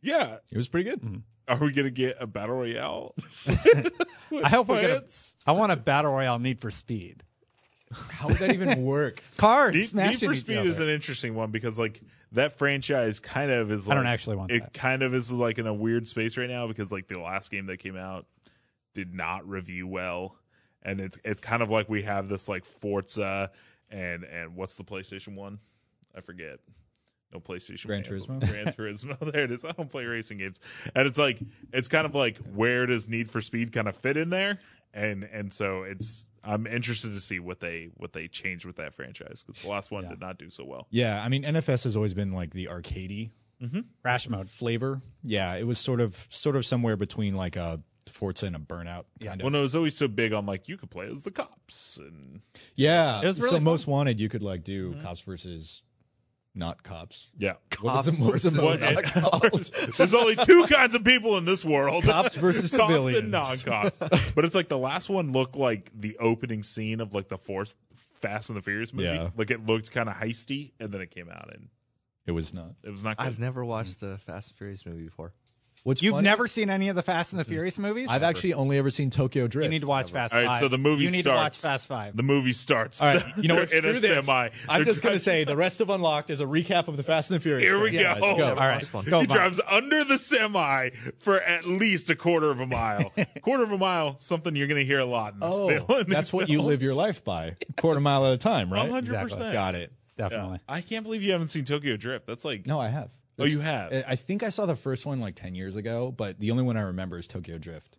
Speaker 3: Yeah.
Speaker 4: It was pretty
Speaker 1: Mm-hmm.
Speaker 4: good.
Speaker 3: Are we gonna get a battle royale?
Speaker 1: (laughs) I hope we get. A, I want a battle royale Need for Speed.
Speaker 4: How would that (laughs) even work?
Speaker 1: Cars
Speaker 3: Need, Need
Speaker 1: smashing
Speaker 3: for
Speaker 1: each
Speaker 3: Speed
Speaker 1: other.
Speaker 3: is an interesting one because like that franchise kind of is.
Speaker 1: I
Speaker 3: Like,
Speaker 1: don't actually want
Speaker 3: It
Speaker 1: that.
Speaker 3: kind of is like in a weird space right now because like the last game that came out did not review well, and it's it's kind of like we have this like Forza and and what's the PlayStation one? I forget. No PlayStation.
Speaker 4: Gran
Speaker 3: we have
Speaker 4: Turismo?
Speaker 3: them. Gran Turismo. (laughs) There it is. I don't play racing games, and it's like it's kind of like where does Need for Speed kind of fit in there? And and so it's I'm interested to see what they what they change with that franchise because the last one did not do so well.
Speaker 4: Yeah, I mean NFS has always been like the arcadey
Speaker 1: Crash mode.
Speaker 4: flavor. Yeah, it was sort of sort of somewhere between like a Forza and a Burnout kind
Speaker 3: Well,
Speaker 4: of.
Speaker 3: no, it was always so big on like you could play as the cops and
Speaker 4: Yeah,
Speaker 1: It was really
Speaker 4: so
Speaker 1: fun.
Speaker 4: most wanted you could like do cops versus not cops.
Speaker 3: yeah.
Speaker 4: What was the- what was the
Speaker 3: What-
Speaker 4: (laughs) most-
Speaker 3: (laughs)
Speaker 4: cops.
Speaker 3: There's only two kinds of people in this world:
Speaker 4: Cops versus
Speaker 3: cops
Speaker 4: civilians. (laughs)
Speaker 3: and non-cops. But it's like the last one looked like the opening scene of like the fourth Fast and the Furious movie.
Speaker 4: Yeah.
Speaker 3: Like it looked kind of heisty, and then it came out and
Speaker 4: It was not.
Speaker 3: it was not. Good.
Speaker 2: I've never watched the Fast and Furious movie before.
Speaker 4: What's
Speaker 1: You've
Speaker 4: funny-
Speaker 1: never seen any of the Fast and the Furious
Speaker 3: Mm-hmm.
Speaker 1: movies?
Speaker 4: I've actually only ever seen Tokyo Drift.
Speaker 1: You need to watch Fast
Speaker 3: All
Speaker 1: Five.
Speaker 3: right, so the movie
Speaker 1: You need
Speaker 3: starts.
Speaker 1: to watch Fast Five.
Speaker 3: The movie starts. (laughs)
Speaker 4: All right, you know what?
Speaker 3: They're in
Speaker 4: Screw
Speaker 3: a
Speaker 4: this.
Speaker 3: semi.
Speaker 4: I'm
Speaker 3: They're
Speaker 4: just going to say
Speaker 3: driving-
Speaker 4: the rest of Unlocked is a recap of the Fast and the Furious.
Speaker 3: Here we
Speaker 4: franchise. Go.
Speaker 3: go. Never
Speaker 4: All
Speaker 1: All
Speaker 4: right.
Speaker 1: right, go,
Speaker 3: he
Speaker 1: Mark.
Speaker 3: drives under the semi for at least a quarter of
Speaker 4: (laughs)
Speaker 3: a mile. quarter of a mile, something you're going to hear a lot in this
Speaker 4: Oh,
Speaker 3: film. (laughs)
Speaker 4: that's what you live your life by. Quarter mile at a time, right?
Speaker 3: 100%.
Speaker 4: Got it.
Speaker 1: (laughs) Definitely.
Speaker 3: I can't believe you haven't seen Tokyo Drift. That's like
Speaker 4: No, I have.
Speaker 3: Oh, you have?
Speaker 4: I- I think I saw the first one like 10 years ago, but the only one I remember is Tokyo Drift.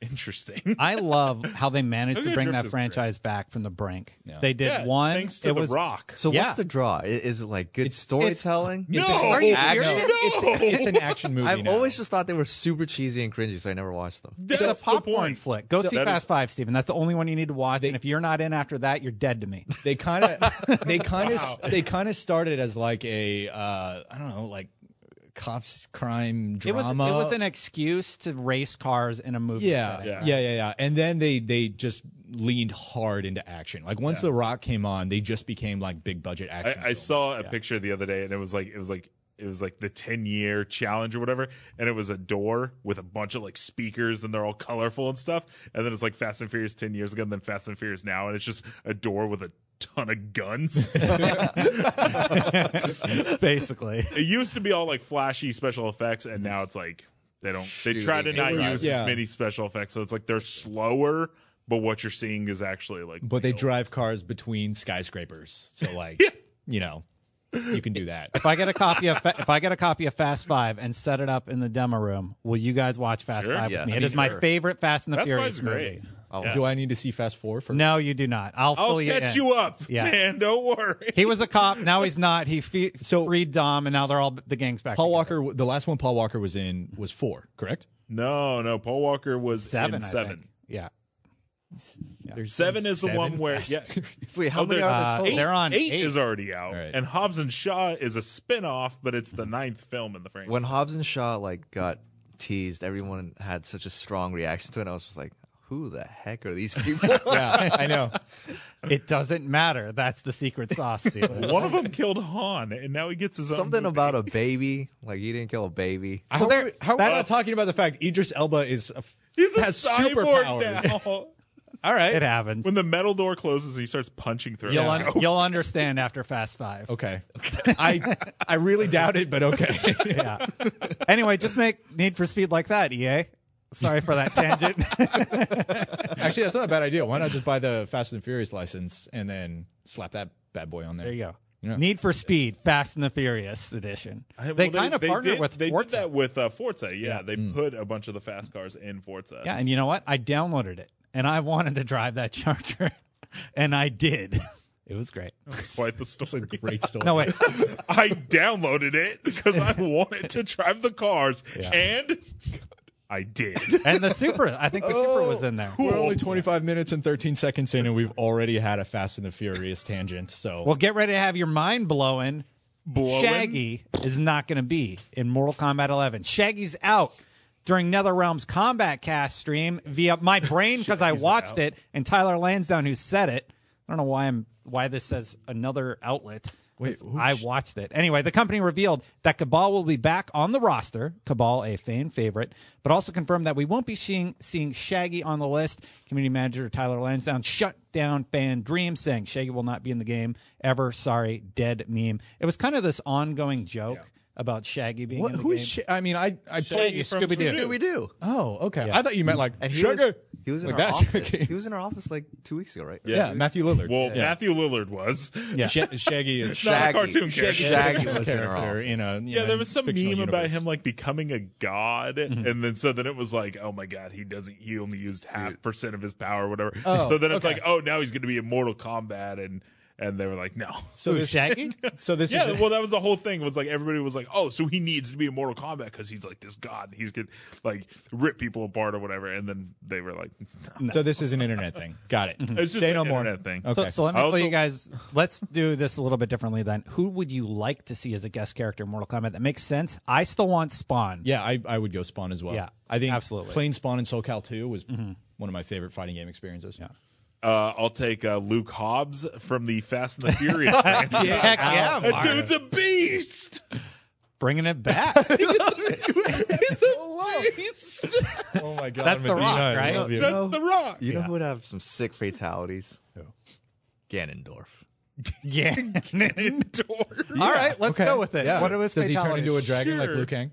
Speaker 3: interesting.
Speaker 1: I love how they managed to
Speaker 3: Tokyo
Speaker 1: bring
Speaker 3: Drift
Speaker 1: that
Speaker 3: is
Speaker 1: franchise back from the brink. They did
Speaker 3: Yeah,
Speaker 1: one.
Speaker 3: thanks to
Speaker 1: it
Speaker 3: The
Speaker 1: was,
Speaker 3: Rock.
Speaker 2: So
Speaker 1: Yeah.
Speaker 2: what's the draw? I- Is, it like good storytelling?
Speaker 3: No!
Speaker 4: are
Speaker 3: you
Speaker 4: action.
Speaker 3: serious?
Speaker 4: It's, it's an action movie.
Speaker 2: I've
Speaker 4: now.
Speaker 2: always just thought they were super cheesy and cringy, so I never
Speaker 3: (laughs)
Speaker 2: watched them.
Speaker 3: That's
Speaker 1: It's a popcorn
Speaker 3: the point.
Speaker 1: flick. Go see
Speaker 3: that
Speaker 1: Fast
Speaker 3: is-
Speaker 1: Five, Steven. That's the only one you need to watch. and if you're not in after that, you're dead to me.
Speaker 4: they kind of they kind of they kind of started as like a uh, I don't know like cops crime
Speaker 1: It was it
Speaker 4: drama.
Speaker 1: was an excuse to race cars in a movie.
Speaker 4: yeah,
Speaker 1: setting.
Speaker 4: yeah, yeah, yeah, And then they they just leaned hard into action. Like once The Rock came on, they just became like big budget
Speaker 3: I,
Speaker 4: action.
Speaker 3: I
Speaker 4: films. (laughs)
Speaker 3: saw a picture the other day, and it was like it was like it was like the ten year challenge or whatever, and it was a door with a bunch of like speakers, and they're all colorful and stuff, and then it's like Fast and Furious ten years ago, and then Fast and Furious now, and it's just a door with a ton
Speaker 1: (laughs)
Speaker 3: of guns. (laughs)
Speaker 1: basically.
Speaker 3: it used to be all like flashy special effects, and now it's like they don't. They try to
Speaker 2: Shooting
Speaker 3: not
Speaker 4: guns.
Speaker 3: use
Speaker 4: Yeah.
Speaker 3: as many special effects, so it's like they're slower, but what you're seeing is actually like.
Speaker 4: but they
Speaker 3: real.
Speaker 4: drive cars between skyscrapers, so like you know you can do
Speaker 3: (laughs)
Speaker 4: that.
Speaker 1: If I get a copy of Fa- if I get a copy of Fast Five and set it up in the demo room, will you guys watch Fast
Speaker 3: Sure,
Speaker 1: Five
Speaker 2: yeah.
Speaker 1: with me? It
Speaker 2: Me
Speaker 1: is my
Speaker 2: sure.
Speaker 1: favorite Fast and the
Speaker 3: Fast
Speaker 1: Furious
Speaker 3: Five's
Speaker 1: movie.
Speaker 3: great.
Speaker 2: Oh,
Speaker 4: Do I need to see Fast Four first?
Speaker 1: No, you do not. I'll,
Speaker 3: I'll
Speaker 1: fill you
Speaker 3: catch
Speaker 1: in.
Speaker 3: you up,
Speaker 1: oh, Yeah.
Speaker 3: man. Don't worry.
Speaker 1: He was a cop. Now he's not. He fe-
Speaker 4: So-
Speaker 1: freed Dom, and now they're all the gangs back.
Speaker 4: Paul
Speaker 1: together.
Speaker 4: Walker, the last one Paul Walker was in was four, correct?
Speaker 3: No, no. Paul Walker was
Speaker 1: seven.
Speaker 3: in
Speaker 1: I
Speaker 3: seven.
Speaker 1: Think. Yeah.
Speaker 4: There's
Speaker 3: Seven is the one where yeah, (laughs)
Speaker 2: Wait, how
Speaker 3: Oh,
Speaker 2: many
Speaker 3: there's-
Speaker 2: are there
Speaker 1: uh,
Speaker 2: total?
Speaker 3: eight,
Speaker 1: they're on
Speaker 3: eight,
Speaker 1: eight.
Speaker 3: is already out,
Speaker 4: All right.
Speaker 3: and Hobbs and Shaw is a spin-off, but it's the ninth film in the franchise.
Speaker 2: when Hobbs and Shaw like got teased, everyone had such a strong reaction to it. I was just like, "Who the heck are these people?"
Speaker 4: (laughs) yeah, I know.
Speaker 1: It doesn't matter. That's the secret sauce, Steven.
Speaker 3: (laughs) One of them killed Han, and now he gets his own
Speaker 2: Something
Speaker 3: movie.
Speaker 2: about a baby. Like you didn't kill a baby.
Speaker 4: How, are we- how are we not talking about the fact Idris Elba is a, f-
Speaker 3: Uh, He's a
Speaker 4: has
Speaker 3: cyborg
Speaker 4: superpowers?
Speaker 3: now. (laughs)
Speaker 4: All right.
Speaker 1: It happens.
Speaker 3: when the metal door closes, he starts punching through.
Speaker 1: You'll,
Speaker 3: (laughs) it. Oh,
Speaker 1: un- you'll understand after Fast Five.
Speaker 4: Okay. I I really doubt it, but okay.
Speaker 1: Yeah. Anyway, just make Need for Speed like that, EA. Sorry for that tangent.
Speaker 4: Actually, that's not a bad idea. Why not just buy the Fast and the Furious license and then slap that bad boy on there?
Speaker 1: (laughs) there you go.
Speaker 4: Yeah.
Speaker 1: Need for Speed Fast and the Furious edition.
Speaker 3: I- well,
Speaker 1: they kind of partnered
Speaker 3: did,
Speaker 1: with
Speaker 3: they
Speaker 1: Forza. Mm.
Speaker 3: did that with uh, Forza. Yeah, they put a bunch of the fast cars in Forza.
Speaker 1: Yeah, and you know what? I downloaded it and I wanted to drive that (laughs) charger. and I did. It was great.
Speaker 3: Quite the story.
Speaker 4: great story.
Speaker 1: No, wait.
Speaker 3: (laughs) I downloaded it because I wanted to drive the cars,
Speaker 1: Yeah.
Speaker 3: and I
Speaker 1: (laughs)
Speaker 3: did.
Speaker 1: And the Supra, I think the Supra was in there.
Speaker 4: We're only 25 minutes and 13 seconds in, and we've already had a Fast and the Furious tangent. So,
Speaker 1: Well, get ready to have your mind blowing.
Speaker 4: Blowing?
Speaker 1: Shaggy is not going to be in Mortal Kombat 11. Shaggy's out during NetherRealm's Combat Cast stream via my brain because I watched it and Tyler Lansdowne who said it. I don't know why I'm why this says another outlet. 'cause I watched it. Anyway, the company revealed that Cabal will be back on the roster. Cabal, a fan favorite, but also confirmed that we won't be seeing, seeing Shaggy on the list. Community manager Tyler Lansdowne shut down fan dreams, saying Shaggy will not be in the game ever. Sorry, dead meme. It was kind of this ongoing joke about Shaggy being
Speaker 4: what,
Speaker 1: in the
Speaker 4: who
Speaker 1: game.
Speaker 4: is? Sha- I mean, I I
Speaker 1: Shaggy, Scooby-Doo.
Speaker 2: do.
Speaker 4: Oh, okay.
Speaker 1: Yeah.
Speaker 4: I thought you meant like
Speaker 2: And he
Speaker 4: sugar.
Speaker 2: was he was in
Speaker 4: like
Speaker 2: our
Speaker 4: that.
Speaker 2: office. He was in our office like two weeks ago, right?
Speaker 4: Yeah, Matthew Lillard.
Speaker 3: Well,
Speaker 4: Yeah.
Speaker 3: Matthew Lillard was.
Speaker 1: Yeah.
Speaker 4: Sha- Shaggy is
Speaker 3: Not a
Speaker 2: Shaggy.
Speaker 3: cartoon character.
Speaker 2: Shaggy. Shaggy was in our
Speaker 4: character in a
Speaker 3: Yeah, there was some meme
Speaker 4: fictional
Speaker 3: about
Speaker 4: universe.
Speaker 3: him like becoming a god,
Speaker 1: Mm-hmm.
Speaker 3: and then so then it was like, oh my god, he doesn't, he only used half percent of his power, or whatever.
Speaker 4: Oh,
Speaker 3: so then it's
Speaker 4: okay.
Speaker 3: like, oh, now he's going to be in Mortal Kombat, and and they were like, no.
Speaker 4: So
Speaker 1: Who,
Speaker 4: this,
Speaker 1: Shaggy?
Speaker 4: (laughs) so this
Speaker 3: yeah,
Speaker 4: is
Speaker 3: well, that was the whole thing. Was like everybody was like, "Oh, so he needs to be in Mortal Kombat because he's like this god. He's could like rip people apart or whatever." And then they were like, no.
Speaker 4: (laughs) so this is an internet thing. Got it.
Speaker 3: "It's just
Speaker 4: Say
Speaker 3: an
Speaker 4: no more.
Speaker 3: internet thing."
Speaker 4: Okay.
Speaker 1: So, so let me
Speaker 3: I
Speaker 1: tell you
Speaker 3: also-
Speaker 1: guys. Let's do this a little bit differently. Then, who would you like to see as a guest character in Mortal Kombat? That makes sense. I still want Spawn.
Speaker 4: Yeah, I, I would go Spawn as well.
Speaker 1: Yeah,
Speaker 4: I think
Speaker 1: absolutely.
Speaker 4: playing Spawn in SoCal 2 was
Speaker 3: Mm-hmm.
Speaker 4: one of my favorite fighting game experiences. Yeah.
Speaker 3: Uh, I'll take uh, Luke Hobbs from the Fast and the Furious. franchise.
Speaker 1: Heck yeah,
Speaker 3: that
Speaker 1: Mark.
Speaker 3: dude's a beast.
Speaker 1: bringing it
Speaker 3: (laughs)
Speaker 1: back.
Speaker 4: (laughs)
Speaker 2: (laughs)
Speaker 3: He's a beast.
Speaker 4: Oh my god.
Speaker 1: That's The Rock,
Speaker 4: I
Speaker 1: right?
Speaker 4: love you.
Speaker 3: That's the Rock.
Speaker 2: You know who would have some sick fatalities? Ganondorf.
Speaker 1: yeah.
Speaker 3: Ganondorf.
Speaker 1: All right, let's
Speaker 4: Okay.
Speaker 1: go with it.
Speaker 4: Yeah.
Speaker 1: What was
Speaker 4: Does he turn
Speaker 1: fatalities?
Speaker 4: into a dragon like
Speaker 3: Sure.
Speaker 4: Liu Kang?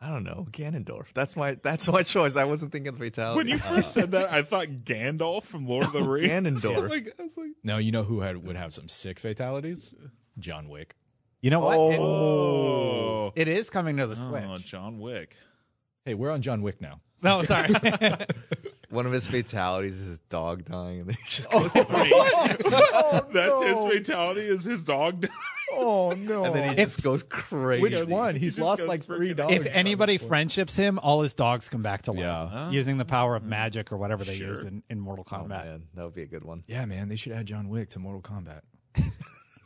Speaker 2: I don't know. Ganondorf. That's my that's my (laughs) choice. I wasn't thinking of
Speaker 3: (laughs) When
Speaker 2: fatalities.
Speaker 3: you first said that, I thought Gandalf from Lord of the Rings. (laughs) I was
Speaker 2: Ganondorf.
Speaker 3: like, I was like,
Speaker 4: No, you know who had, would have some sick fatalities? John Wick.
Speaker 1: You know what? It-
Speaker 3: oh,
Speaker 1: it is coming to the Switch.
Speaker 3: oh, John (laughs) Wick.
Speaker 4: Hey, we're on John Wick now. (laughs)
Speaker 1: No, sorry.
Speaker 2: One of his fatalities is his dog dying, and then he just
Speaker 4: Oh,
Speaker 2: goes,
Speaker 4: (laughs)
Speaker 3: That's his fatality. Is his dog? dying?
Speaker 4: Oh
Speaker 3: (laughs)
Speaker 4: no.
Speaker 2: (laughs) and then he just goes crazy.
Speaker 4: Which one?
Speaker 3: He
Speaker 4: He's
Speaker 3: just
Speaker 4: lost
Speaker 3: goes
Speaker 4: like
Speaker 3: freaking-
Speaker 4: three
Speaker 1: (laughs)
Speaker 4: dollars.
Speaker 1: if anybody friendships him, all his dogs come back to life
Speaker 4: Yeah.
Speaker 1: using the power of magic or whatever they
Speaker 3: Sure.
Speaker 1: use in, in Mortal
Speaker 2: Oh,
Speaker 1: Kombat.
Speaker 2: man, that would be a good one.
Speaker 4: Yeah, man, they should add John Wick to Mortal Kombat.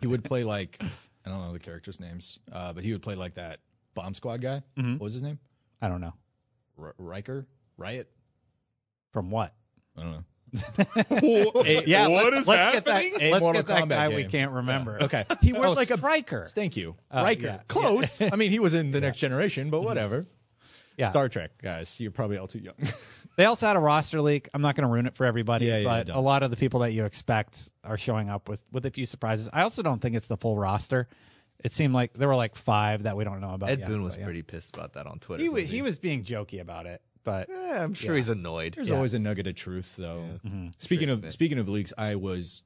Speaker 4: he would play like I don't know the characters' names, uh, but he would play like that bomb squad guy.
Speaker 1: Mm-hmm.
Speaker 4: What was his name?
Speaker 1: I don't know
Speaker 4: R- Riker? Riot?
Speaker 1: from what. Eh,
Speaker 4: I don't know.
Speaker 1: Yeah,
Speaker 3: what
Speaker 1: let's,
Speaker 3: is
Speaker 1: let's
Speaker 3: happening?
Speaker 1: Get that,
Speaker 4: A
Speaker 1: let's
Speaker 4: Mortal
Speaker 1: get that
Speaker 4: Kombat
Speaker 1: guy we
Speaker 4: game.
Speaker 1: can't remember.
Speaker 4: Okay, he
Speaker 1: Oh,
Speaker 4: wears like a
Speaker 1: Striker.
Speaker 4: Thank you,
Speaker 1: Uh,
Speaker 4: Riker.
Speaker 1: yeah. Mm-hmm.
Speaker 4: Close. I mean, he was in the Next Generation, but whatever.
Speaker 1: Yeah.
Speaker 4: Star Trek guys, you're probably all too young. (laughs)
Speaker 1: They also had a roster leak. I'm not going to ruin it for everybody,
Speaker 4: Yeah, yeah,
Speaker 1: but
Speaker 4: don't.
Speaker 1: a lot of the people that you expect are showing up with with a few surprises. I also don't think it's the full roster. It seemed like there were like five that we don't know about.
Speaker 2: Ed
Speaker 1: yet,
Speaker 2: Boone was
Speaker 1: but yeah.
Speaker 2: pretty pissed about that on Twitter.
Speaker 1: He was he was being jokey about it, but
Speaker 2: Yeah, I'm sure he's annoyed.
Speaker 4: There's always a nugget of truth, though. Speaking of speaking of leaks, I was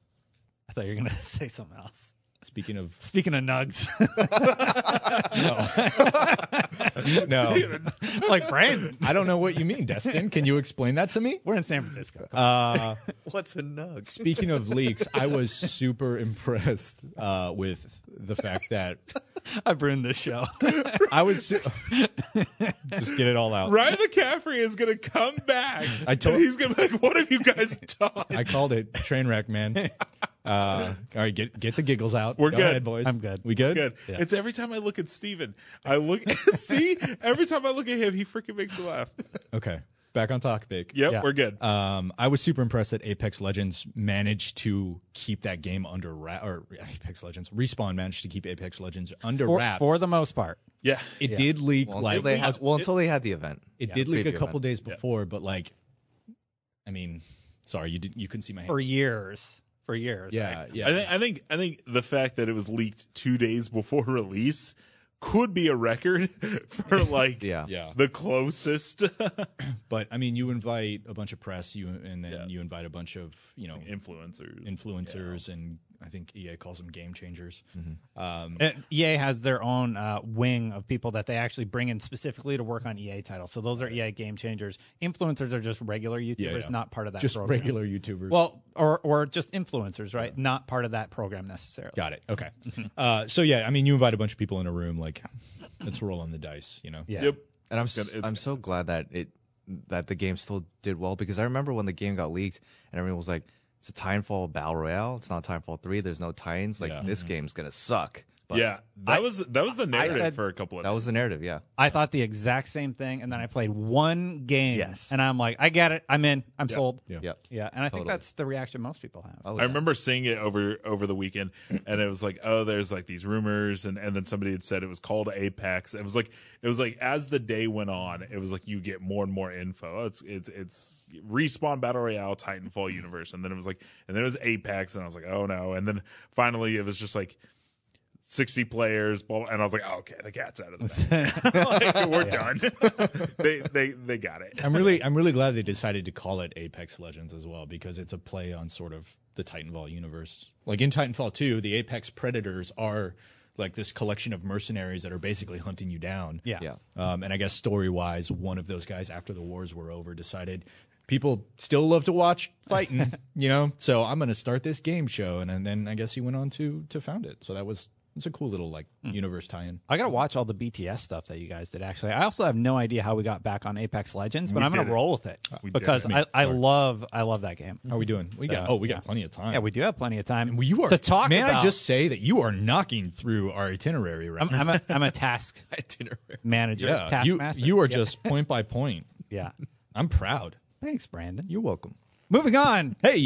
Speaker 1: I thought you were going to (laughs) say something else.
Speaker 4: speaking of
Speaker 1: Speaking of nugs, (laughs)
Speaker 4: no.
Speaker 1: like Brandon,
Speaker 4: I don't know what you mean, Destin. Can you explain that
Speaker 1: (laughs)
Speaker 4: to me?
Speaker 1: we're in San Francisco.
Speaker 2: What's a nug?
Speaker 4: Speaking of leaks, I was super impressed uh, with the fact that
Speaker 1: I've ruined this show.
Speaker 4: I was su- just get it all out.
Speaker 3: Ryan McCaffrey is gonna come back.
Speaker 4: I told-
Speaker 3: and he's gonna be like, what have you
Speaker 2: (laughs)
Speaker 3: guys done?
Speaker 4: I called it train wreck, man. Uh, all right, get get the giggles out.
Speaker 3: We're
Speaker 4: Go
Speaker 3: good.
Speaker 4: ahead, boys.
Speaker 1: I'm good.
Speaker 4: We good?
Speaker 3: Good. It's every time I look at Steven, I look (laughs) see every time I look at him, he freaking makes me laugh.
Speaker 4: Okay, back on topic.
Speaker 3: Yep,
Speaker 1: Yeah.
Speaker 3: we're good.
Speaker 2: Uh,
Speaker 4: Um, I was super impressed that Apex Legends managed to keep that game under wrap, or Apex Legends respawn managed to keep Apex Legends under
Speaker 1: for,
Speaker 4: wraps.
Speaker 1: for the most part,
Speaker 3: yeah,
Speaker 4: it did leak
Speaker 2: Well,
Speaker 4: like
Speaker 2: until they had, well, until they had the event.
Speaker 4: It did leak a
Speaker 2: preview
Speaker 4: couple
Speaker 2: event.
Speaker 4: days before, but like, I mean, sorry, you didn't. You couldn't see my hand.
Speaker 1: for years, for years.
Speaker 4: yeah,
Speaker 1: right?
Speaker 4: yeah.
Speaker 3: I think I think I think the fact that it was leaked two days before (laughs) release could be a record (laughs)
Speaker 2: (laughs)
Speaker 3: for like
Speaker 2: Yeah.
Speaker 4: Yeah.
Speaker 3: the closest (laughs)
Speaker 4: but I mean, you invite a bunch of press, you and then you invite a bunch of you know
Speaker 3: influencers.
Speaker 4: influencers and I think EA calls them game changers. Um,
Speaker 1: Uh, EA has their own uh, wing of people that they actually bring in specifically to work on EA titles. So those are EA game changers. Influencers are just regular YouTubers,
Speaker 4: yeah.
Speaker 1: not part of that.
Speaker 4: Just
Speaker 1: program.
Speaker 4: regular YouTubers.
Speaker 1: Well, or or just influencers, right? Not part of that program necessarily.
Speaker 4: Got it. Okay. uh, so yeah, I mean, you invite a bunch of people in a room, like let's roll on the dice, you know.
Speaker 2: And I'm s- I'm so glad that it that the game still did well because I remember when the game got leaked and everyone was like, "It's a Titanfall battle royale. It's not Titanfall three. There's no Titans. Like
Speaker 3: Yeah.
Speaker 2: this game's gonna suck."
Speaker 3: Yeah, that was- that was the
Speaker 2: I
Speaker 3: narrative
Speaker 2: said-
Speaker 3: for a couple of
Speaker 2: That was the narrative. Yeah.
Speaker 1: I thought the exact same thing, and then I played one game,
Speaker 2: Yes.
Speaker 1: and I'm like, I get it. I'm in. I'm sold.
Speaker 3: Yeah. Oh,
Speaker 2: Yeah.
Speaker 1: yeah. And I think
Speaker 3: Totally.
Speaker 1: that's the reaction most people have.
Speaker 3: I remember seeing it over over the weekend, and it was like, oh, there's like these rumors, and and then somebody had said it was called Apex. It was like it was like as the day went on, it was like you get more and more info. Oh, It's it's it's respawn battle royale, Titanfall universe, and then it was like, and then it was Apex, and I was like, oh no, and then finally it was just like. 60 players, blah, blah, and I was like, oh, okay, the cat's out of the bag.
Speaker 1: (laughs)
Speaker 3: Like, we're done. (laughs) they, they, they got it.
Speaker 4: I'm really I'm really glad they decided to call it Apex Legends as well because it's a play on sort of the Titanfall universe. Like in Titanfall 2, the Apex Predators are like this collection of mercenaries that are basically hunting you down.
Speaker 1: Yeah. Yeah.
Speaker 4: Um, and I guess story wise, one of those guys after the wars were over decided people still love to watch
Speaker 1: (laughs)
Speaker 4: fighting, you know. So I'm going to start this game show, and, and then I guess he went on to to found it. So that was it's a cool little like
Speaker 1: Hmm.
Speaker 4: universe tie-in.
Speaker 1: I gotta watch all the BTS stuff that you guys did. Actually, I also have no idea how we got back on Apex Legends, but
Speaker 4: We
Speaker 1: I'm gonna
Speaker 4: did it.
Speaker 1: roll with it
Speaker 4: We did
Speaker 1: because
Speaker 4: it.
Speaker 1: I, I
Speaker 4: Sorry.
Speaker 1: love I love that game.
Speaker 4: How we doing? We got
Speaker 1: So,
Speaker 4: oh we
Speaker 1: Uh,
Speaker 4: got
Speaker 1: yeah.
Speaker 4: plenty of time.
Speaker 1: Yeah, we do have plenty of time. And
Speaker 4: you are
Speaker 1: to talk.
Speaker 4: May
Speaker 1: about-
Speaker 4: I just say that you are knocking through our itinerary
Speaker 1: (laughs) I'm,
Speaker 4: right now.
Speaker 1: I'm a I'm a
Speaker 4: (laughs)
Speaker 1: task
Speaker 4: itinerary
Speaker 1: manager.
Speaker 4: yeah,
Speaker 1: task
Speaker 4: you
Speaker 1: master.
Speaker 4: you are
Speaker 1: Yeah.
Speaker 4: just point by point. (laughs)
Speaker 1: Yeah,
Speaker 4: I'm proud.
Speaker 1: Thanks, Brandon.
Speaker 4: You're welcome.
Speaker 1: Moving on.
Speaker 4: Hey,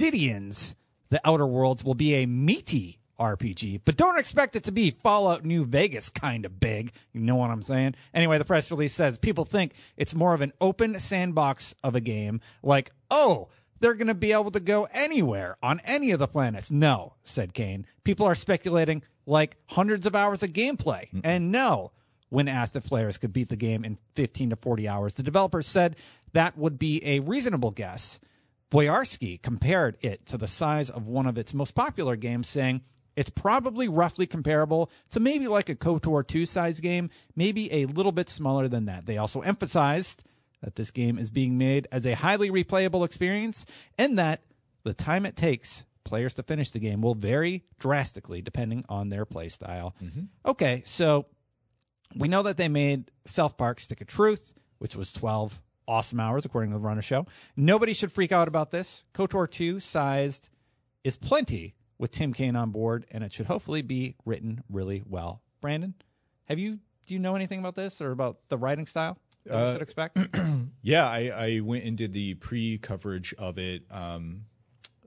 Speaker 1: Obsidian's The Outer Worlds will be a meaty RPG, but don't expect it to be Fallout New Vegas kind of big. You know what I'm saying? Anyway, the press release says people think it's more of an open sandbox of a game, like, oh, they're going to be able to go anywhere on any of the planets. No, said Kane. People are speculating like hundreds of hours of gameplay. And no, when asked if players could beat the game in 15 to 40 hours, the developers said that would be a reasonable guess. Boyarsky compared it to the size of one of its most popular games, saying it's probably roughly comparable to maybe like a KOTOR 2 size game, maybe a little bit smaller than that. They also emphasized that this game is being made as a highly replayable experience and that the time it takes players to finish the game will vary drastically depending on their playstyle. Okay, so we know that they made South Park Stick of Truth, which was 12 awesome hours, according to the Runner Show. Nobody should freak out about this. KOTOR 2 sized is plenty with Tim Kaine on board, and it should hopefully be written really well. Brandon, have you do you know anything about this or about the writing style that we
Speaker 4: Uh,
Speaker 1: should expect?
Speaker 4: Yeah, I, I went and did the pre coverage of it. Um,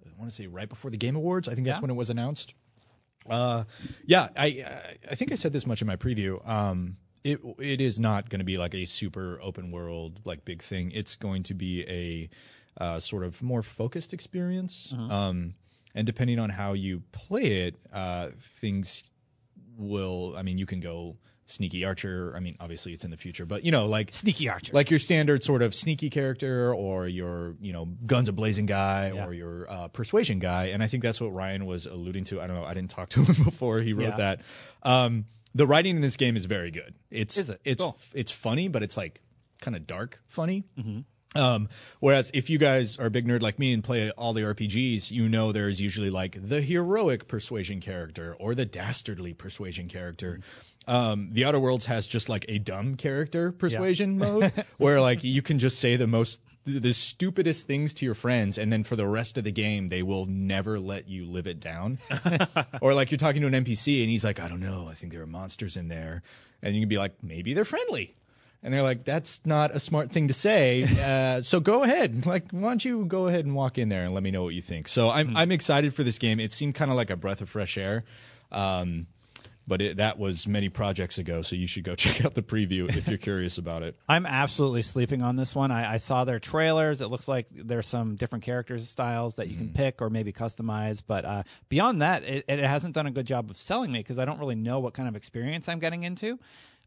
Speaker 4: I want to say right before the Game Awards. I think that's
Speaker 1: Yeah.
Speaker 4: when it was announced. Uh, yeah, I, I I think I said this much in my preview. Um, it it is not going to be like a super open world like big thing. It's going to be a uh, sort of more focused experience. Um, and depending on how you play it, uh, things will. I mean, you can go sneaky archer. I mean, obviously it's in the future, but you know, like
Speaker 1: sneaky archer,
Speaker 4: like your standard sort of sneaky character, or your you know guns a blazing guy, or your uh, persuasion guy. And I think that's what Ryan was alluding to. I don't know. I didn't talk to him (laughs) before he
Speaker 1: Yeah.
Speaker 4: wrote that. Um, the writing in this game is very good. It's
Speaker 1: Is it?
Speaker 4: it's
Speaker 1: Cool.
Speaker 4: it's funny, but it's like kind of dark funny.
Speaker 1: Mm-hmm.
Speaker 4: Um, whereas if you guys are a big nerd like me and play all the RPGs, you know there's usually like the heroic persuasion character or the dastardly persuasion character. Um, the Outer Worlds has just like a dumb character persuasion mode where like you can just say the most the stupidest things to your friends and then for the rest of the game they will never let you live it down or like you're talking to an npc and he's like i don't know i think there are monsters in there and you can be like maybe they're friendly and they're like, that's not a smart thing to (laughs) say. Uh, so go ahead. Like, why don't you go ahead and walk in there and let me know what you think? So I'm, I'm excited for this game. It seemed kind of like a breath of fresh air. Um, but it, that was many projects ago. So you should go (laughs) check out the preview if you're curious about it.
Speaker 1: I'm absolutely sleeping on this one. I, I saw their trailers. It looks like there's some different characters styles that you can pick or maybe customize. But uh, beyond that, it, it hasn't done a good job of selling me because I don't really know what kind of experience I'm getting into.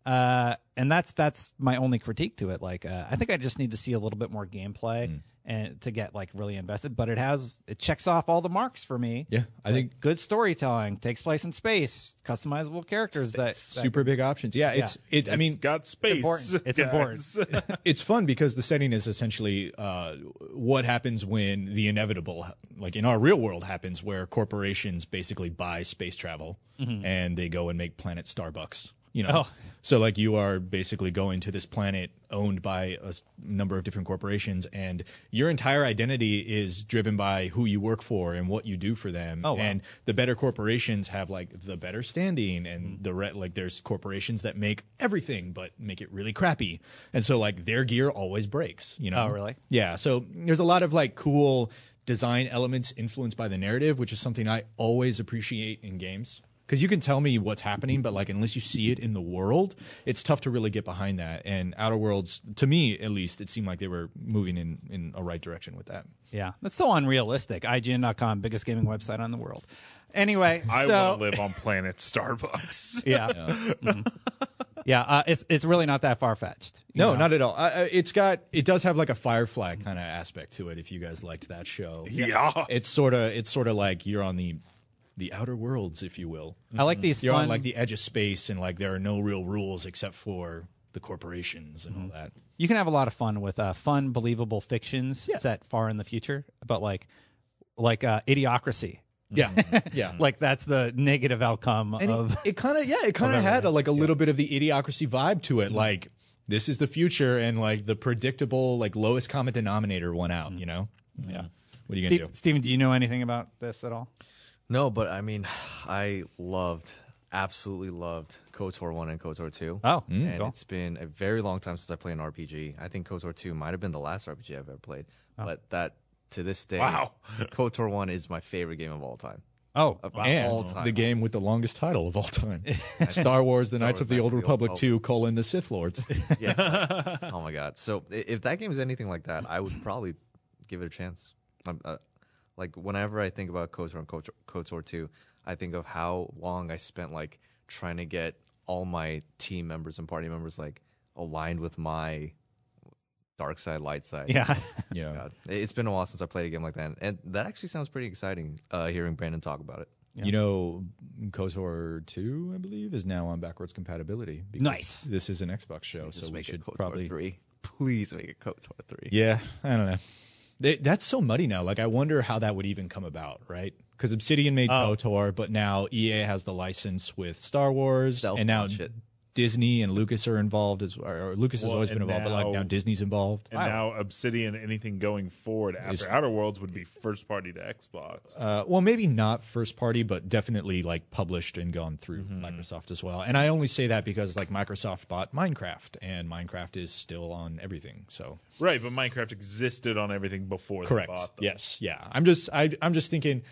Speaker 1: Uh, and that's that's my only critique to it. Like, uh, I think I just need to see a little bit more gameplay and to get like really invested. But it has it checks off all the marks for me.
Speaker 4: Yeah, I
Speaker 1: Like,
Speaker 4: think-
Speaker 1: good storytelling takes place in space, customizable characters that, that
Speaker 4: super big options. Yeah, it's it. I mean,
Speaker 3: got
Speaker 1: space. Important. It's important.
Speaker 4: it's fun because the setting is essentially uh, what happens when the inevitable, like in our real world, happens, where corporations basically buy space travel
Speaker 1: Mhm.
Speaker 4: and they go and make planet Starbucks. You know, so like you are basically going to this planet owned by a s- number of different corporations, and your entire identity is driven by who you work for and what you do for them.
Speaker 1: Oh, wow.
Speaker 4: And the better corporations have like the better standing, and
Speaker 1: Mm.
Speaker 4: the re- like there's corporations that make everything but make it really crappy, and so like their gear always breaks. You know?
Speaker 1: Oh, really?
Speaker 4: Yeah. So there's a lot of like cool design elements influenced by the narrative, which is something I always appreciate in games. Because you can tell me what's happening, but like unless you see it in the world, it's tough to really get behind that. And Outer Worlds, to me at least, it seemed like they were moving in in a right direction with that.
Speaker 1: Yeah, that's so unrealistic. IGN.com, biggest gaming website on the world. Anyway,
Speaker 3: I
Speaker 1: so
Speaker 3: want to live on planet Starbucks.
Speaker 1: yeah,
Speaker 4: Mm-hmm.
Speaker 1: Mhm. (laughs) yeah, uh, it's it's really not that far fetched.
Speaker 4: No, not at all. I, I- it's got it does have like a Firefly kind of aspect to it. If you guys liked that show,
Speaker 3: Yeah.
Speaker 4: it's sort of it's sort of like you're on the the outer worlds, if you will.
Speaker 1: I like these
Speaker 4: You're on
Speaker 1: fun-
Speaker 4: like the edge of space, and like there are no real rules except for the corporations and all that.
Speaker 1: You can have a lot of fun with uh, fun, believable fictions set far in the future, but like like uh, idiocracy.
Speaker 4: Yeah, (laughs)
Speaker 3: Mm.
Speaker 4: yeah.
Speaker 1: like that's the negative outcome
Speaker 4: And
Speaker 1: of.
Speaker 4: (laughs) it, it kind of yeah, Mm-hmm. it kind of had a, like a little bit of the idiocracy vibe to it. Like this is the future, and like the predictable like lowest common denominator won out. You know?
Speaker 1: Yeah.
Speaker 4: What are you gonna
Speaker 1: Steve,
Speaker 4: do?
Speaker 1: Steven, do you know anything about this at all?
Speaker 2: No, but I mean, (sighs) I loved, absolutely loved KOTOR 1 and KOTOR 2.
Speaker 1: Oh, mm,
Speaker 2: and
Speaker 1: cool.
Speaker 2: it's been a very long time since I played an RPG. I think KOTOR 2 might have been the last RPG I've ever played,
Speaker 1: Oh.
Speaker 2: but that to this day,
Speaker 3: Wow.
Speaker 2: (laughs) KOTOR 1 is my favorite game of all time.
Speaker 1: Oh,
Speaker 2: Of
Speaker 4: and
Speaker 2: all time.
Speaker 4: the game with the longest title of all (laughs) time Star Wars The
Speaker 2: Star
Speaker 4: Knights of
Speaker 2: Wars
Speaker 4: the
Speaker 2: Knights
Speaker 4: Old
Speaker 2: of the Old
Speaker 4: Republic
Speaker 2: Republic.
Speaker 4: 2 colon the Sith Lords.
Speaker 2: Yeah.
Speaker 4: (laughs)
Speaker 2: like, oh my god. So i- if that game is anything like that, I would probably give it a chance. I'm, uh, like whenever I think about KOTOR and KOTOR, KOTOR 2, I think of how long I spent like trying to get all my team members and party members like aligned with my dark side, light side.
Speaker 1: Yeah. (laughs)
Speaker 4: Yeah.
Speaker 2: God. It- It's been a while since I played a game like that, and that actually sounds pretty exciting. Uh, hearing Brandon talk about it.
Speaker 4: You know, KOTOR 2, I believe, is now on backwards compatibility. because
Speaker 1: Nice.
Speaker 4: This is an Xbox show, so we should probably.
Speaker 2: three. Please make it KOTOR three.
Speaker 4: Yeah, I don't know. They, that's so muddy now. Like, I wonder how that would even come about, right? Because Obsidian made
Speaker 3: Oh.
Speaker 4: KOTOR, but now EA has the license with Star Wars,
Speaker 2: Stealth
Speaker 4: and now
Speaker 2: and shit.
Speaker 4: Disney and Lucas are involved. As, or, or Lucas has
Speaker 3: Well,
Speaker 4: always been
Speaker 3: and
Speaker 4: involved, but like
Speaker 3: now-
Speaker 4: now Disney's involved.
Speaker 3: And now Obsidian, anything going forward after
Speaker 4: Is-
Speaker 3: Outer Worlds would be first party to Xbox.
Speaker 4: uh, well, maybe not first party, but definitely like published and gone through Microsoft as well. And I only say that because like Microsoft bought Minecraft, and Minecraft is still on everything. So
Speaker 3: Right, but Minecraft existed on everything before they
Speaker 4: correct,
Speaker 3: bought them.
Speaker 4: yes, yeah. I'm just I, I'm just thinking.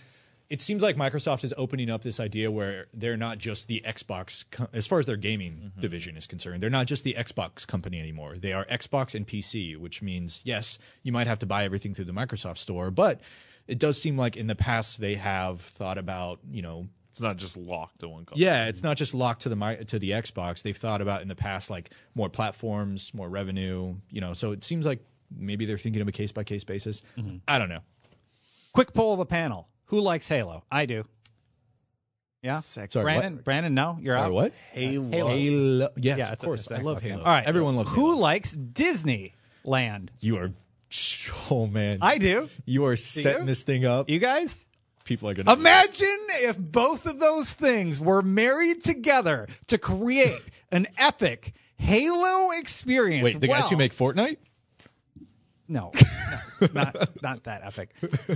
Speaker 4: It seems like Microsoft is opening up this idea where they're not just the Xbox, co- as far as their gaming division is concerned, they're not just the Xbox company anymore. They are Xbox and PC, which means, yes, you might have to buy everything through the Microsoft store, but it does seem like in the past they have thought about, you know,
Speaker 3: It's not just locked to one console.
Speaker 4: yeah, it's not just locked to the mi- to the Xbox. They've thought about in the past like more platforms, more revenue. You know, so it seems like maybe they're thinking of a case by case basis. I don't know.
Speaker 1: Quick poll of the panel: Who likes Halo? I do. Yeah,
Speaker 4: Sorry,
Speaker 1: Brandon.
Speaker 4: what?
Speaker 1: Brandon, no, you're
Speaker 4: Sorry,
Speaker 1: out.
Speaker 4: what?
Speaker 1: Halo.
Speaker 4: Halo. Yes,
Speaker 1: Yeah,
Speaker 4: of
Speaker 1: it's a-
Speaker 4: course.
Speaker 1: it's an
Speaker 4: I love
Speaker 1: Xbox game.
Speaker 4: Halo.
Speaker 1: All right,
Speaker 4: everyone loves
Speaker 1: Who
Speaker 4: Halo.
Speaker 1: likes Disney Land?
Speaker 4: You are, (laughs) oh man,
Speaker 1: I do.
Speaker 4: you are setting
Speaker 1: you?
Speaker 4: this thing up.
Speaker 1: You guys?
Speaker 4: People are gonna.
Speaker 1: Imagine if both of those things were married together to create an epic Halo experience.
Speaker 4: Wait, the guys who
Speaker 1: Well,
Speaker 4: make Fortnite?
Speaker 1: no, no, not not that epic.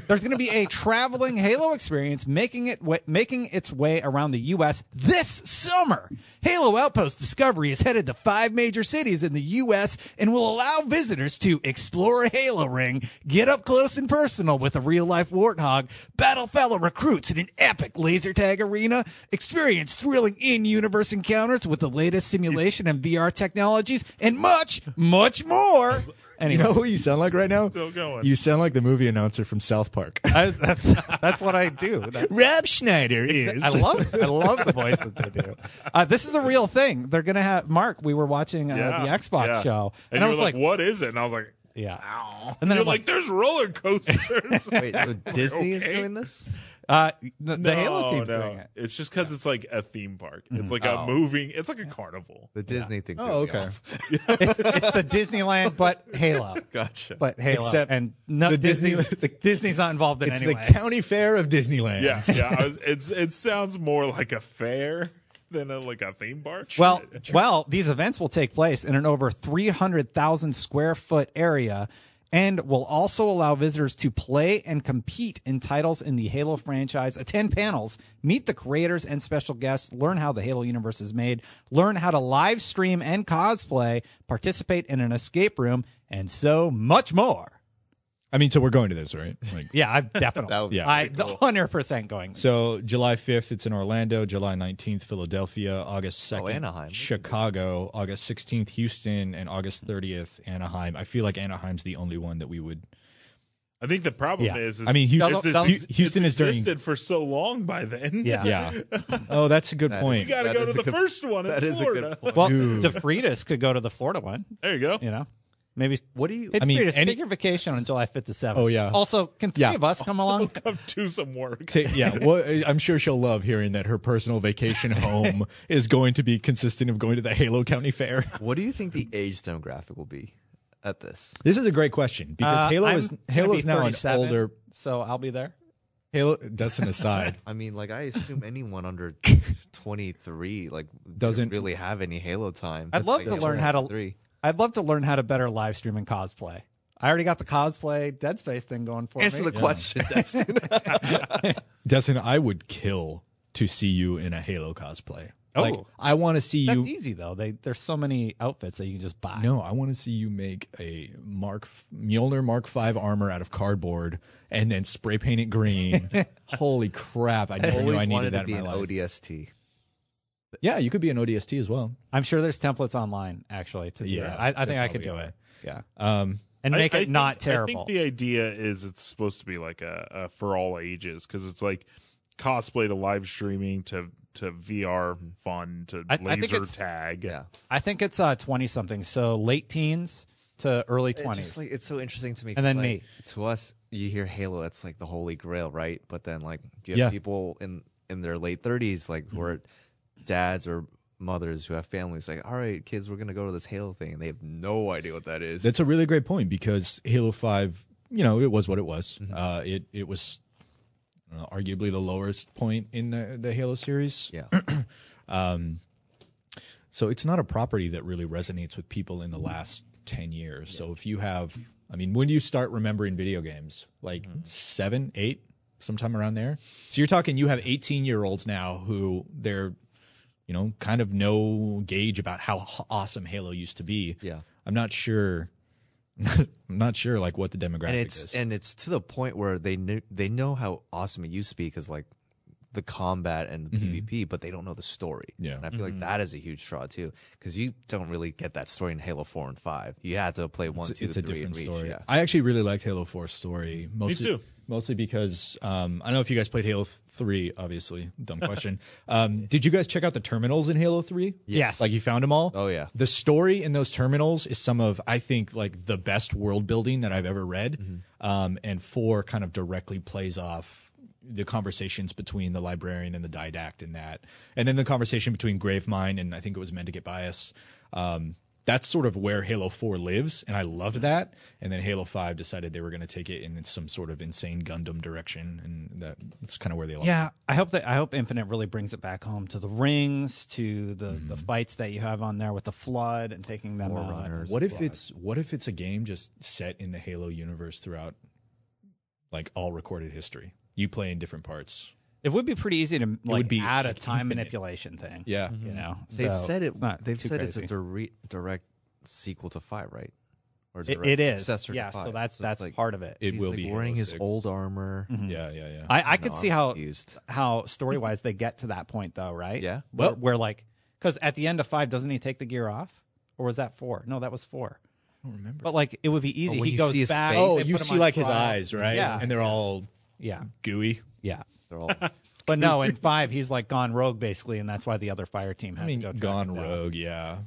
Speaker 1: There's going to be a traveling Halo experience making it wa- making its way around the U.S. this summer. Halo Outpost Discovery is headed to five major cities in the U.S. and will allow visitors to explore a Halo Ring, get up close and personal with a real life warthog, battle fellow recruits in an epic laser tag arena, experience thrilling in universe encounters with the latest simulation and VR technologies, and much, much more.
Speaker 4: You know who you sound like right now?
Speaker 3: Still going.
Speaker 4: You sound like the movie announcer from South Park. (laughs)
Speaker 1: I, that's that's what I do. That's-
Speaker 4: Rob Schneider is.
Speaker 1: I love it. I love the voice that they do. Uh, this is a real thing. They're gonna have Mark. We were watching uh, the Xbox
Speaker 3: yeah.
Speaker 1: show,
Speaker 3: and,
Speaker 1: and, I
Speaker 3: you
Speaker 1: was
Speaker 3: were like,
Speaker 1: like,
Speaker 3: "What is it?" And I was like,
Speaker 1: Yeah.
Speaker 3: "Ow!"
Speaker 1: And
Speaker 3: And
Speaker 1: then
Speaker 3: then you're
Speaker 1: I'm
Speaker 3: like,
Speaker 1: like-
Speaker 3: "There's
Speaker 1: (laughs)
Speaker 3: roller coasters."
Speaker 2: Wait,
Speaker 4: (laughs)
Speaker 2: so Disney is
Speaker 3: okay.
Speaker 2: doing this?
Speaker 1: uh, the, the Halo team's
Speaker 3: no.
Speaker 1: doing it. Mm-hmm.
Speaker 3: It's just because it's like a theme park. It's like
Speaker 2: Oh.
Speaker 3: a moving. It's like a carnival.
Speaker 2: The Disney thing.
Speaker 4: Oh,
Speaker 2: threw me
Speaker 4: okay.
Speaker 2: off.
Speaker 1: It's, it's the Disneyland, but
Speaker 3: (laughs)
Speaker 1: Halo.
Speaker 2: Gotcha.
Speaker 1: But Halo,
Speaker 4: Except
Speaker 1: and no,
Speaker 4: the
Speaker 1: Disney,
Speaker 4: Disney- the-
Speaker 1: Disney's not involved in
Speaker 4: It's
Speaker 1: any way.
Speaker 4: the county fair of Disneyland.
Speaker 3: Yeah, yeah.
Speaker 1: (laughs)
Speaker 3: I was, it's it sounds more like a fair than a, like a theme park.
Speaker 2: (laughs)
Speaker 1: Well, well, these events will take place in an over 300,000 square foot area and will also allow visitors to play and compete in titles in the Halo franchise, attend panels, meet the creators and special guests, learn how the Halo universe is made, learn how to live stream and cosplay, participate in an escape room, and so much more.
Speaker 4: I mean, so we're going to this, right? Like,
Speaker 1: Yeah,
Speaker 2: (laughs)
Speaker 1: I definitely.
Speaker 2: That would be
Speaker 4: Yeah.
Speaker 1: I 100% going.
Speaker 6: So July 5th, it's in Orlando. July 19th, Philadelphia. August 2nd,
Speaker 2: Oh, Anaheim.
Speaker 6: Chicago. August 16th, Houston. And August 30th, Anaheim. I feel like Anaheim's the only one that we would.
Speaker 3: I think the problem
Speaker 1: Yeah.
Speaker 3: is, is
Speaker 6: I mean, Houston-
Speaker 3: it's-
Speaker 6: they'll-
Speaker 3: it's-
Speaker 6: they'll- Houston
Speaker 3: it's
Speaker 6: is during-
Speaker 3: existed for so long by then. (laughs)
Speaker 1: Yeah.
Speaker 6: Yeah. oh, that's a good
Speaker 2: That
Speaker 6: point.
Speaker 3: you got to
Speaker 2: That
Speaker 3: go
Speaker 2: is
Speaker 3: to
Speaker 2: a
Speaker 3: the
Speaker 2: good-
Speaker 3: first one in
Speaker 2: That is a
Speaker 3: Florida.
Speaker 2: good point.
Speaker 1: Well,
Speaker 6: Dude.
Speaker 1: DeFritas could go to the Florida one,
Speaker 3: (laughs) There you go.
Speaker 1: you know? Maybe
Speaker 2: What do you?
Speaker 1: Hey,
Speaker 6: I mean,
Speaker 1: Fritas,
Speaker 6: any-
Speaker 1: take your vacation on July 5th to 7th.
Speaker 4: Oh, yeah.
Speaker 1: Also, can three
Speaker 4: Yeah.
Speaker 1: of us come along?
Speaker 3: Come do some work.
Speaker 4: Ta- yeah, well, I'm sure she'll love hearing that her personal vacation home is going to be consistent of going to the Halo County Fair.
Speaker 2: What do you think the age demographic will be at this?
Speaker 4: This is a great question because
Speaker 1: Uh,
Speaker 4: Halo
Speaker 1: I'm
Speaker 4: is
Speaker 1: gonna
Speaker 4: Halo's
Speaker 1: be
Speaker 4: now an
Speaker 1: 37,
Speaker 4: older
Speaker 1: So I'll be there.
Speaker 4: Halo. That's an aside.
Speaker 2: I mean, like I assume anyone under 23 like
Speaker 4: Doesn't-
Speaker 2: doesn't really have any Halo time.
Speaker 1: I'd love
Speaker 2: Like,
Speaker 1: to
Speaker 2: it's
Speaker 1: learn how to.
Speaker 2: 23.
Speaker 1: I'd love to learn how to better live stream and cosplay. I already got the cosplay Dead Space thing going for
Speaker 2: Answer
Speaker 1: me.
Speaker 2: the question, Dustin.
Speaker 4: Destin, I would kill to see you in a Halo cosplay.
Speaker 1: Oh.
Speaker 4: Like, I want to see
Speaker 1: That's
Speaker 4: you.
Speaker 1: easy though. They there's so many outfits that you can just buy.
Speaker 4: No, I want to see you make a Mark F- Mjolnir Mark V armor out of cardboard and then spray paint it
Speaker 2: (laughs)
Speaker 4: green. Holy crap! I never knew
Speaker 2: Always
Speaker 4: I needed
Speaker 2: wanted
Speaker 4: that
Speaker 2: to be
Speaker 4: in
Speaker 2: an
Speaker 4: my life.
Speaker 2: ODST.
Speaker 4: Yeah, you could be an ODST as well.
Speaker 1: I'm sure there's templates online actually to do
Speaker 4: Yeah,
Speaker 1: that. I, I think
Speaker 4: there
Speaker 1: I could do
Speaker 4: probably
Speaker 1: it. Yeah,
Speaker 4: Um,
Speaker 1: and
Speaker 3: I-
Speaker 1: make
Speaker 3: I
Speaker 1: it
Speaker 3: think-
Speaker 1: not
Speaker 3: I
Speaker 1: terrible.
Speaker 3: think the idea is it's supposed to be like a, a for all ages because it's like cosplay to live streaming to to VR fun to
Speaker 1: I- I
Speaker 3: laser
Speaker 1: think it's-
Speaker 3: tag.
Speaker 2: Yeah.
Speaker 1: I think it's uh 20 something, so late teens to early
Speaker 2: It's
Speaker 1: 20s.
Speaker 2: just like it's so interesting to me.
Speaker 1: And then
Speaker 2: like,
Speaker 1: me.
Speaker 2: To us, you hear Halo, that's like the holy grail, right? But then like you have
Speaker 4: Yeah.
Speaker 2: people in in their late thirties, like who are dads or mothers who have families, like, all right, kids, we're gonna go to this Halo thing, and they have no idea what that is.
Speaker 4: That's a really great point because Halo Five, you know, it was what it was.
Speaker 2: Mm-hmm.
Speaker 4: Uh, it it was uh, arguably the lowest point in the the Halo series.
Speaker 2: (clears throat) yeah.
Speaker 4: So it's not a property that really resonates with people in the last ten years. So if you have, I mean, when do you start remembering video games? Like
Speaker 2: Mm-hmm.
Speaker 4: seven, eight, sometime around there. So you're talking you have eighteen year olds now who they're, you know, kind of no gauge about how h- awesome Halo used to be.
Speaker 2: Yeah.
Speaker 4: I'm not sure. (laughs) I'm not sure like what the demographic
Speaker 2: and it's
Speaker 4: is.
Speaker 2: and it's to the point where they knew they know how awesome it used to be because like the combat and the PvP, but they don't know the story.
Speaker 4: Mm-hmm. Yeah.
Speaker 2: and I feel
Speaker 1: Mm-hmm.
Speaker 2: like that is a huge straw too because you don't really get that story in Halo Four and Five. You had to play one,
Speaker 4: it's,
Speaker 2: two,
Speaker 4: it's a
Speaker 2: three,
Speaker 4: different
Speaker 2: and reach.
Speaker 4: story.
Speaker 2: Yeah.
Speaker 4: I actually really liked Halo 4's story. Mostly,
Speaker 3: too.
Speaker 4: Mostly because um, I don't know if you guys played Halo 3, obviously. Dumb question. (laughs) um, did you guys check out the terminals in Halo 3?
Speaker 1: Yes.
Speaker 4: Like you found them all?
Speaker 2: Oh, yeah.
Speaker 4: The story in those terminals is some of, I think, like the best world building that I've ever read. Um, and 4 kind of directly plays off the conversations between the librarian and the didact in that. And then the conversation between Gravemind and I think it was Mendicant Bias. Um, that's sort of where Halo 4 lives, and I loved that. And then Halo 5 decided they were going to take it in some sort of insane Gundam direction, and that- that's kind of where they lost.
Speaker 1: Yeah, I hope that I hope Infinite really brings it back home to the rings, to the the fights that you have on there with the flood and taking them out.
Speaker 4: What if it's what if it's a game just set in the Halo universe throughout, like all recorded history? You play in different parts.
Speaker 1: It would be pretty easy to like
Speaker 4: would be,
Speaker 1: add
Speaker 4: like,
Speaker 1: a time
Speaker 4: infinite.
Speaker 1: manipulation thing.
Speaker 4: Yeah.
Speaker 1: you know
Speaker 2: They've
Speaker 1: so
Speaker 2: said it.
Speaker 1: it's not
Speaker 2: they've
Speaker 1: too
Speaker 2: said
Speaker 1: crazy.
Speaker 2: it's a dire- direct sequel to Five, right? Or
Speaker 1: It-
Speaker 2: direct
Speaker 1: it is
Speaker 2: successor to
Speaker 1: yeah. So
Speaker 2: Five.
Speaker 1: that's
Speaker 2: it's
Speaker 1: that's
Speaker 2: like,
Speaker 1: part Mm-hmm. of it.
Speaker 4: It
Speaker 2: he's
Speaker 4: will
Speaker 2: like
Speaker 4: be
Speaker 2: wearing
Speaker 4: Halo
Speaker 2: his
Speaker 4: 6.
Speaker 2: old armor.
Speaker 4: Yeah, yeah, yeah.
Speaker 1: I, I
Speaker 2: No,
Speaker 1: could
Speaker 2: I'm
Speaker 1: see how
Speaker 2: confused.
Speaker 1: how story wise they get to that point though, right?
Speaker 2: Yeah.
Speaker 1: Where,
Speaker 4: Well-
Speaker 1: where like because at the end of five, doesn't he take the gear off? Or was that four? No, that was four.
Speaker 4: I don't remember.
Speaker 1: But like it would be easy.
Speaker 4: Oh, when
Speaker 1: he
Speaker 4: you
Speaker 1: goes
Speaker 4: see his
Speaker 1: back.
Speaker 4: face. Oh,
Speaker 1: they
Speaker 4: you
Speaker 1: put him
Speaker 4: see,
Speaker 1: on
Speaker 4: like, his
Speaker 1: trial.
Speaker 4: eyes, right?
Speaker 1: Yeah,
Speaker 4: And they're all
Speaker 1: yeah
Speaker 4: gooey.
Speaker 1: Yeah,
Speaker 4: they're all. (laughs)
Speaker 1: But no, in five he's like gone rogue basically, and that's why the other fire team has
Speaker 4: mean,
Speaker 1: to go. track
Speaker 4: gone
Speaker 1: him down.
Speaker 4: rogue, yeah.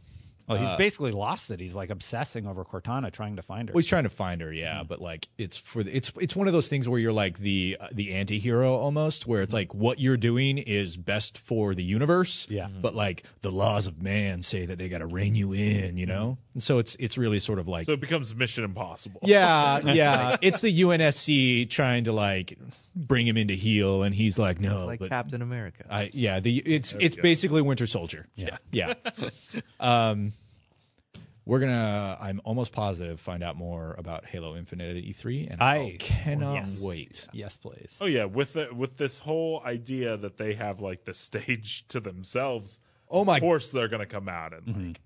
Speaker 1: Well, he's
Speaker 4: Uh,
Speaker 1: basically lost it. He's like obsessing over Cortana, trying to find her.
Speaker 4: Well, he's trying to find her, yeah.
Speaker 1: Mm-hmm.
Speaker 4: But like, it's for the, it's it's one of those things where you're like the uh, the anti-hero almost, where it's
Speaker 1: Mm-hmm.
Speaker 4: like what you're doing is best for the universe, yeah. But like the laws of man say that they got to rein you in,
Speaker 1: Mm-hmm.
Speaker 4: you know. And so it's it's really sort of like
Speaker 3: So it becomes Mission Impossible.
Speaker 2: (laughs)
Speaker 4: yeah, yeah. It's the UNSC trying to like bring him into heel, and he's like, no,
Speaker 2: like
Speaker 4: Oh, but
Speaker 2: Captain America.
Speaker 4: I yeah. The it's
Speaker 2: There we
Speaker 4: it's
Speaker 2: go.
Speaker 4: basically Winter Soldier. Yeah, yeah.
Speaker 2: (laughs)
Speaker 4: um, we're gonna. I'm almost positive find out more about Halo Infinite at E3, and I, cannot
Speaker 3: Yes.
Speaker 4: wait.
Speaker 1: Yes, please.
Speaker 3: Oh yeah, with the, with this whole idea that they have like the stage (laughs) to themselves.
Speaker 4: Oh my! Mm-hmm.
Speaker 3: Of course they're gonna come out and like,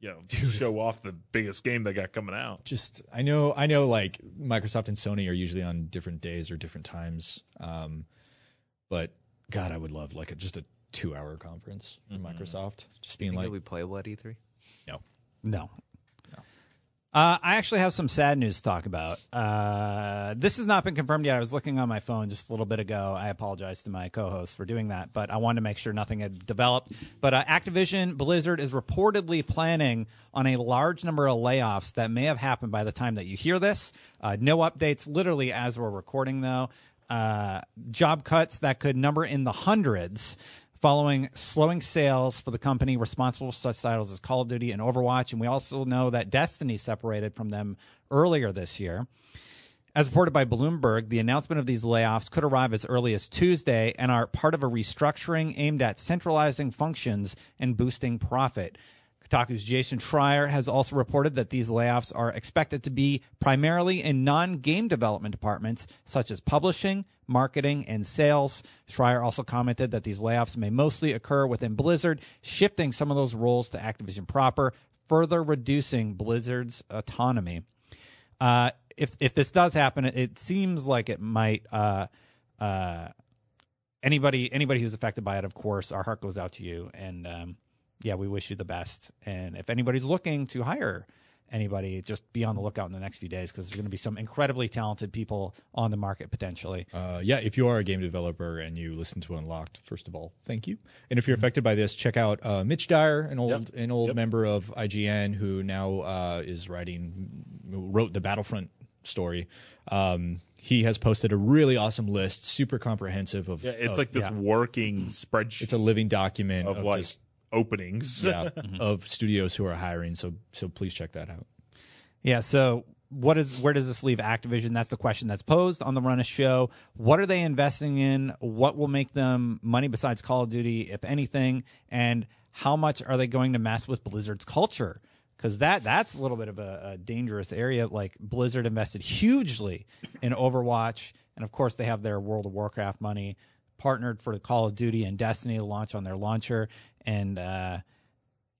Speaker 3: you know, show off the biggest game they got coming out.
Speaker 4: Just I know I know like Microsoft and Sony are usually on different days or different times. Um, but God, I would love like a, just a two hour conference from Microsoft, just being
Speaker 2: Mm-hmm. think
Speaker 4: like
Speaker 2: it'll be playable at E3.
Speaker 4: No.
Speaker 1: No. Uh, I actually have some sad news to talk about. Uh, this has not been confirmed yet. I was looking on my phone just a little bit ago. I apologize to my co host for doing that, but I wanted to make sure nothing had developed. But uh, Activision Blizzard is reportedly planning on a large number of layoffs that may have happened by the time that you hear this. Uh, no updates, literally, as we're recording, though. Uh, job cuts that could number in the hundreds following slowing sales for the company responsible for such titles as Call of Duty and Overwatch. And we also know that Destiny separated from them earlier this year. As reported by Bloomberg, the announcement of these layoffs could arrive as early as Tuesday and are part of a restructuring aimed at centralizing functions and boosting profit. Kotaku's Jason Schreier has also reported that these layoffs are expected to be primarily in non game development departments such as publishing, marketing, and sales. Schreier also commented that these layoffs may mostly occur within Blizzard, shifting some of those roles to Activision proper, further reducing Blizzard's autonomy. Uh, if if this does happen, it, it seems like it might. Uh, uh, anybody anybody who's affected by it, of course, our heart goes out to you, and um, yeah, we wish you the best. And if anybody's looking to hire anybody, just be on the lookout in the next few days because there's going to be some incredibly talented people on the market potentially.
Speaker 4: Uh, yeah, if you are a game developer and you listen to Unlocked, first of all, thank you. And if
Speaker 3: Mm-hmm.
Speaker 4: you're affected by this, check out uh, Mitch Dyer, an old an old member of IGN who now uh, is writing, wrote the Battlefront story. Um, he has posted a really awesome list, super comprehensive of.
Speaker 3: Yeah, it's
Speaker 4: of-
Speaker 3: like this working
Speaker 4: Oh,
Speaker 3: spreadsheet.
Speaker 4: Mm-hmm. It's a living document
Speaker 3: of, Mm-hmm.
Speaker 4: of
Speaker 3: like
Speaker 4: just-
Speaker 3: openings. (laughs)
Speaker 4: yeah, of studios who are hiring. So so please check that out.
Speaker 1: Yeah. So what is where does this leave Activision? That's the question that's posed on the Run a Show. What are they investing in? What will make them money besides Call of Duty, if anything? And how much are they going to mess with Blizzard's culture? Because that that's a little bit of a, a dangerous area. Like Blizzard invested hugely in Overwatch, and of course they have their World of Warcraft money partnered for Call of Duty and Destiny to launch on their launcher, and uh,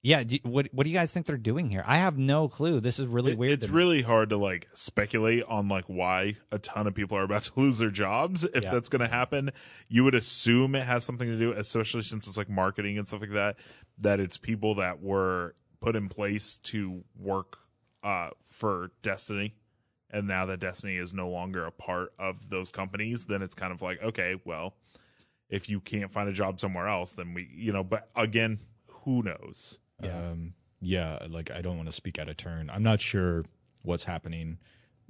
Speaker 1: yeah, do, what what do you guys think they're doing here? I have no clue. This is really weird.
Speaker 3: It's
Speaker 1: to me.
Speaker 3: really hard to like speculate on like why a ton of people are about to (laughs) lose their jobs if
Speaker 1: Yeah.
Speaker 3: that's going to happen. You would assume it has something to do, especially since it's like marketing and stuff like that. That it's people that were put in place to work uh, for Destiny, and now that Destiny is no longer a part of those companies, then it's kind of like okay, well, if you can't find a job somewhere else, then we, you know. But again, who knows?
Speaker 4: Yeah. Um, yeah, like I don't want to speak out of turn. I'm not sure what's happening,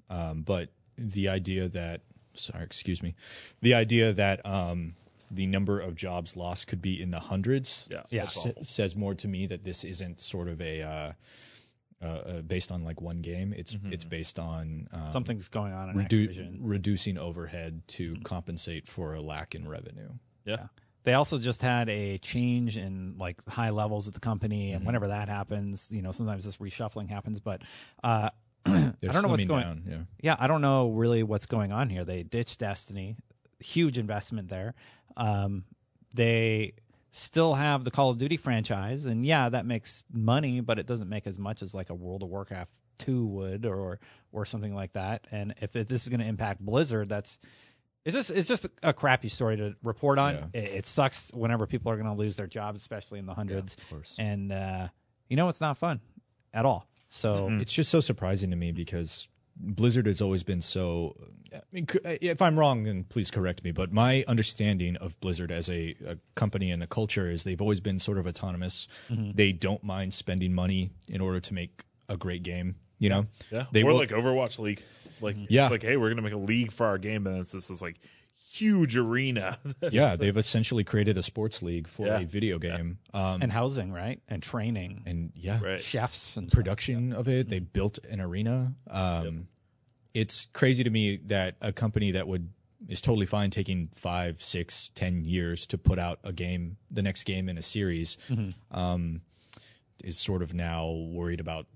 Speaker 4: um, but the idea that sorry, excuse me, the idea that um, the number of jobs lost could be in the hundreds
Speaker 3: yeah.
Speaker 4: Yeah.
Speaker 3: That's
Speaker 4: sa- says more to me that this isn't sort of a uh, uh, uh, based on like one game. It's it's based on um,
Speaker 1: Something's going on in
Speaker 4: redu-
Speaker 1: Activision.
Speaker 4: reducing overhead to compensate for a lack in revenue.
Speaker 1: Yeah. They also just had a change in like high levels at the company, and whenever that happens, you know, sometimes this reshuffling happens. But uh, I don't know what's
Speaker 4: slimming
Speaker 1: going.
Speaker 4: down, yeah.
Speaker 1: I don't know really what's going on here. They ditched Destiny, huge investment there. Um, they still have the Call of Duty franchise, and yeah, that makes money, but it doesn't make as much as like a World of Warcraft two would, or or something like that. And if it, this is going to impact Blizzard, that's it's just it's just a crappy story to report on. It, it sucks whenever people are going to lose their jobs, especially in the hundreds.
Speaker 4: course.
Speaker 1: And uh, you know it's not fun at all.
Speaker 4: So
Speaker 3: Mm.
Speaker 4: it's just so surprising to me because Blizzard has always been so. I mean, c- if I'm wrong, then please correct me. But my understanding of Blizzard as a, a company and the culture is they've always been sort of autonomous.
Speaker 3: Mhm.
Speaker 4: They don't mind spending money in order to make a great game. You know,
Speaker 3: Yeah.
Speaker 4: They
Speaker 3: or
Speaker 4: will-
Speaker 3: like Overwatch League. Like
Speaker 4: Yeah.
Speaker 3: it's like, hey, we're gonna make a league for our game, and it's just this like huge arena. (laughs)
Speaker 4: yeah, they've essentially created a sports league for
Speaker 3: Yeah.
Speaker 4: a video game. Um,
Speaker 1: and housing, right? And training.
Speaker 4: and yeah,
Speaker 1: chefs and
Speaker 4: production of it.
Speaker 1: Mm-hmm.
Speaker 4: They built an arena. Um, It's crazy to me that a company that would is totally fine taking five, six, ten years to put out a game, the next game in a series,
Speaker 1: Mhm.
Speaker 4: um, is sort of now worried about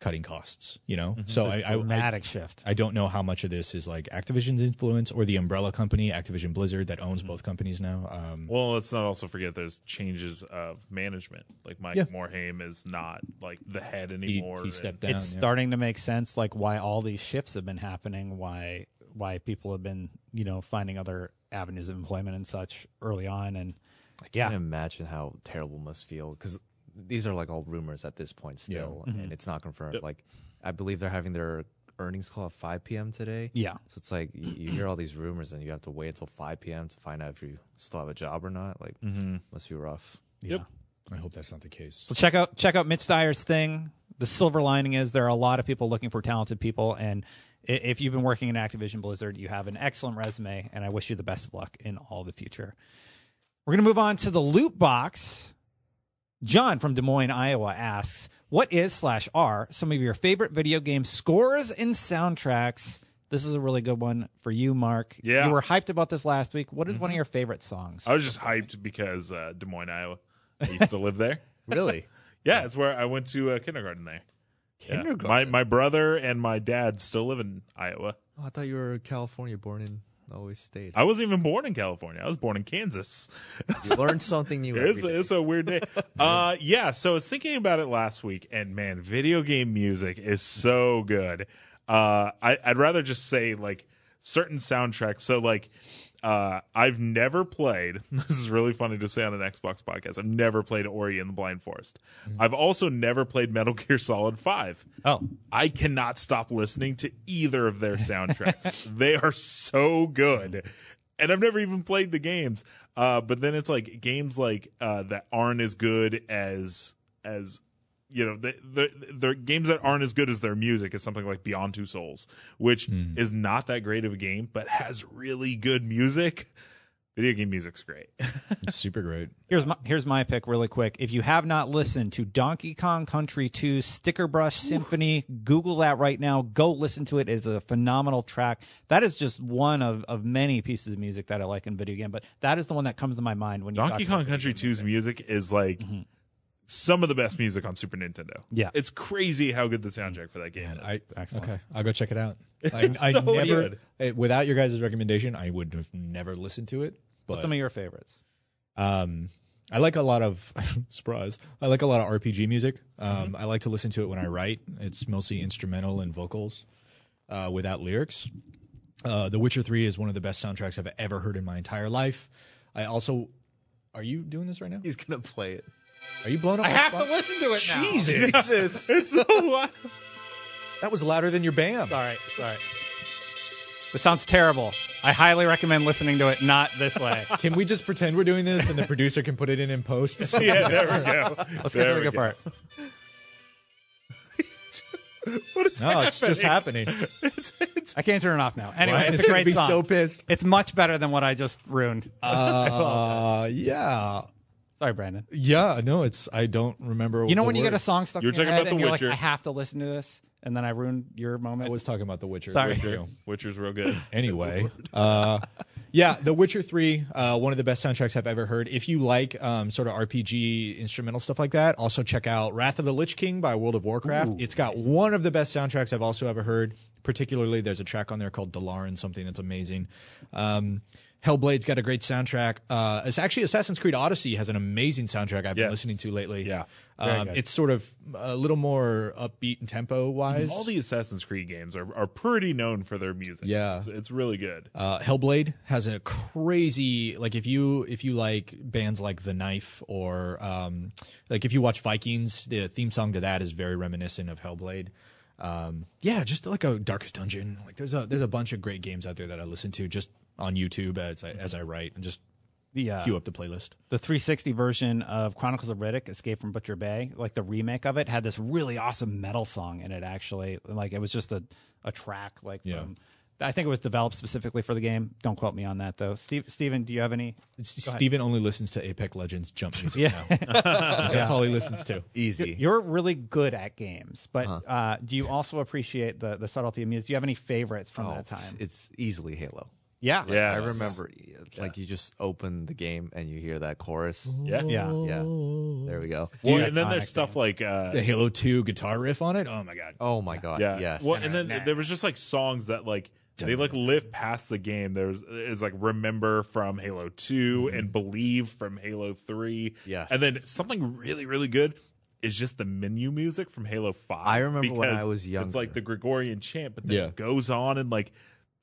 Speaker 4: cutting costs. You know,
Speaker 1: Mhm.
Speaker 4: so
Speaker 1: A
Speaker 4: I, I
Speaker 1: dramatic
Speaker 4: I-
Speaker 1: shift.
Speaker 4: I don't know how much of this is like Activision's influence or the umbrella company, Activision Blizzard, that
Speaker 1: Mm-hmm.
Speaker 4: owns both companies now. Um,
Speaker 3: Well, let's not also forget there's changes of management. Like Mike
Speaker 4: Yeah.
Speaker 3: Morhaime is not like the head anymore. and-
Speaker 1: It's starting to make sense, like why all these shifts have been happening, why why people have been you know finding other avenues of employment and such early on, and
Speaker 2: I can't imagine how terrible must feel because these are like all rumors at this point still,
Speaker 1: Mhm.
Speaker 2: and it's not confirmed.
Speaker 1: Yep.
Speaker 2: Like, I believe they're having their earnings call at 5 p.m. today.
Speaker 1: Yeah.
Speaker 2: So it's like you, you hear all these rumors, and you have to wait until 5 p.m. to find out if you still have a job or not. Like, must be rough.
Speaker 1: Yep.
Speaker 4: I hope that's not the case. (laughs)
Speaker 1: So check out check out Mitch Dyer's thing. The silver lining is there are a lot of people looking for talented people, and i- if you've been working in Activision Blizzard, you have an excellent resume, and I wish you the best of luck in all the future. We're gonna move on to the loot box. John from Des Moines, Iowa asks, "What is slash are some of your favorite video game scores and soundtracks?" This is a really good one for you, Mark.
Speaker 3: Yeah. Mm-hmm.
Speaker 1: you were hyped about this last week. What is one of your favorite songs?
Speaker 3: I was just hyped because uh, Des Moines, Iowa. I used to
Speaker 4: (laughs)
Speaker 3: live there.
Speaker 2: Really?
Speaker 3: yeah, it's where I went to uh, kindergarten there. Yeah.
Speaker 2: Kindergarten?
Speaker 3: My my brother and my dad still live in Iowa.
Speaker 2: (laughs) Oh, I thought you were California born and always stayed.
Speaker 3: I wasn't even born in California. I was born in Kansas.
Speaker 2: You learn something new. every
Speaker 3: it's,
Speaker 2: day.
Speaker 3: it's a weird day. uh, yeah. So I was thinking about it last week, and man, video game music is so good. Uh, I, I'd rather just say like certain soundtracks. So like. Uh, I've never played. (laughs) This is really funny to say on an Xbox podcast. I've never played Ori and the Blind Forest.
Speaker 2: Mm-hmm.
Speaker 3: I've also never played Metal Gear Solid Five.
Speaker 1: Oh,
Speaker 3: I cannot stop listening to either of their soundtracks. they are so good. And I've never even played the games. Uh, but then it's like games like uh, that aren't as good as as you know, the, the, the games that aren't as good as their music is something like Beyond Two Souls, which is not that great of a game, but has really good music. Video game music's great. (laughs)
Speaker 4: It's super great.
Speaker 1: Here's my here's my pick really quick. If you have not listened to Donkey Kong Country 2 Sticker Brush Symphony, Google that right now. Go listen to it. It's a phenomenal track. That is just one of, of many pieces of music that I like in video game, but that is the one that comes to my mind when you
Speaker 3: Donkey
Speaker 1: talk about
Speaker 3: Kong Country 2's music is like some of the best music on Super Nintendo.
Speaker 1: Yeah.
Speaker 3: It's crazy how good the soundtrack for that game (laughs) is.
Speaker 4: I,
Speaker 1: Excellent.
Speaker 4: Okay, I'll go check
Speaker 1: (laughs)
Speaker 4: it out. I,
Speaker 3: It's
Speaker 4: I
Speaker 3: so
Speaker 4: never,
Speaker 3: good.
Speaker 4: eh, without your guys' recommendation, I would have never listened to it.
Speaker 1: What's
Speaker 4: But
Speaker 1: some of your favorites.
Speaker 4: um, I like a lot of (laughs) surprise. I like a lot of RPG music. Um,
Speaker 1: Mm-hmm.
Speaker 4: I like to listen to it when I write. It's mostly instrumental and vocals, uh, without lyrics. Uh, the Witcher Three is one of the best soundtracks I've ever heard in my entire life. I also, are you doing this right now?
Speaker 2: (laughs) He's gonna play it.
Speaker 4: Are you blown up?
Speaker 1: I
Speaker 4: my
Speaker 1: have
Speaker 4: spot?
Speaker 1: to listen to it now.
Speaker 4: Jesus,
Speaker 3: Jesus. it's so
Speaker 2: (laughs)
Speaker 3: loud.
Speaker 4: that was louder than your bam.
Speaker 1: Sorry, sorry. This sounds terrible. I highly recommend listening to it not this way.
Speaker 4: Can we just pretend we're doing this and the producer can put it in in post?
Speaker 1: (laughs)
Speaker 4: (laughs)
Speaker 3: yeah, there we go.
Speaker 1: Let's get
Speaker 3: There
Speaker 1: to the
Speaker 3: we
Speaker 1: good
Speaker 3: go.
Speaker 1: part.
Speaker 3: What
Speaker 4: (laughs)
Speaker 3: is
Speaker 4: No, it's just happening.
Speaker 3: It's, it's,
Speaker 1: I can't turn it off now. Anyway,
Speaker 4: Ryan
Speaker 1: it's
Speaker 4: is
Speaker 1: a
Speaker 4: gonna
Speaker 1: great
Speaker 4: be
Speaker 1: song.
Speaker 4: so pissed.
Speaker 1: It's much better than what I just ruined.
Speaker 4: Uh, yeah,
Speaker 1: Sorry, Brandon.
Speaker 4: yeah. No, it's I don't remember.
Speaker 1: You know
Speaker 4: the
Speaker 1: when you get a
Speaker 4: words.
Speaker 1: song stuck
Speaker 3: You were
Speaker 1: in your
Speaker 3: talking
Speaker 1: head
Speaker 3: about The
Speaker 1: and you're like,
Speaker 3: Witcher.
Speaker 1: I have to listen to this, and then I ruined your moment.
Speaker 4: I was talking about The Witcher.
Speaker 1: Sorry.
Speaker 4: Witcher.
Speaker 3: Witcher's real good.
Speaker 4: (laughs) Anyway, uh, yeah, The Witcher Three, uh, one of the best soundtracks I've ever heard. If you like um, sort of RPG instrumental stuff like that, also check out Wrath of the Lich King by World of Warcraft. it's got one of the best soundtracks I've also ever heard. particularly. There's a track on there called Dalaran, something that's amazing. Um, Hellblade's got a great soundtrack. Uh, it's actually Assassin's Creed Odyssey has an amazing soundtrack I've been listening to lately. Yeah.
Speaker 3: Very
Speaker 4: Um,
Speaker 3: good.
Speaker 4: it's sort of a little more upbeat and tempo wise.
Speaker 3: All the Assassin's Creed games are, are pretty known for their music.
Speaker 4: Yeah.
Speaker 3: It's, it's really good.
Speaker 4: Uh, Hellblade has a crazy like if you if you like bands like The Knife or um, like if you watch Vikings, the theme song to that is very reminiscent of Hellblade. Um, yeah, just like a Darkest Dungeon. Like there's a there's a bunch of great games out there that I listen to just on YouTube as I, as I write and just
Speaker 1: The, uh,
Speaker 4: queue up the playlist.
Speaker 1: the 360 version of Chronicles of Riddick, Escape from Butcher Bay, like the remake of it, had this really awesome metal song in it. Actually, like it was just a, a track. Like,
Speaker 4: Yeah.
Speaker 1: from- I think it was developed specifically for the game. Don't quote me on that though. Steve, Steven, do you have any? Go ahead.
Speaker 4: Steven only listens to Apex Legends
Speaker 1: (laughs)
Speaker 4: jump music
Speaker 1: Yeah.
Speaker 4: now. That's
Speaker 1: (laughs) Yeah.
Speaker 4: all he listens to.
Speaker 1: You're- You're really good at games, but uh do you also appreciate the the subtlety of music? Do you have any favorites from
Speaker 2: Oh,
Speaker 1: that time?
Speaker 2: It's easily Halo.
Speaker 1: Yeah.
Speaker 2: I
Speaker 1: Yes.
Speaker 2: remember. it's Like you just open the game and you hear that chorus.
Speaker 3: Yeah.
Speaker 4: Yeah.
Speaker 2: yeah. There we go.
Speaker 3: Dude, and then there's stuff like uh,
Speaker 4: The Halo 2 guitar riff on it. Oh my god.
Speaker 2: Oh my god.
Speaker 3: Yeah.
Speaker 2: Yes.
Speaker 3: Well, and then there was just like songs that like they like live past the game. There's is like remember from Halo 2 and believe from Halo Three.
Speaker 2: Yes.
Speaker 3: And then something really really good is just the menu music from Halo Five. I
Speaker 2: remember when I was
Speaker 3: It's like the Gregorian chant, but then
Speaker 2: Yeah.
Speaker 3: it goes on and like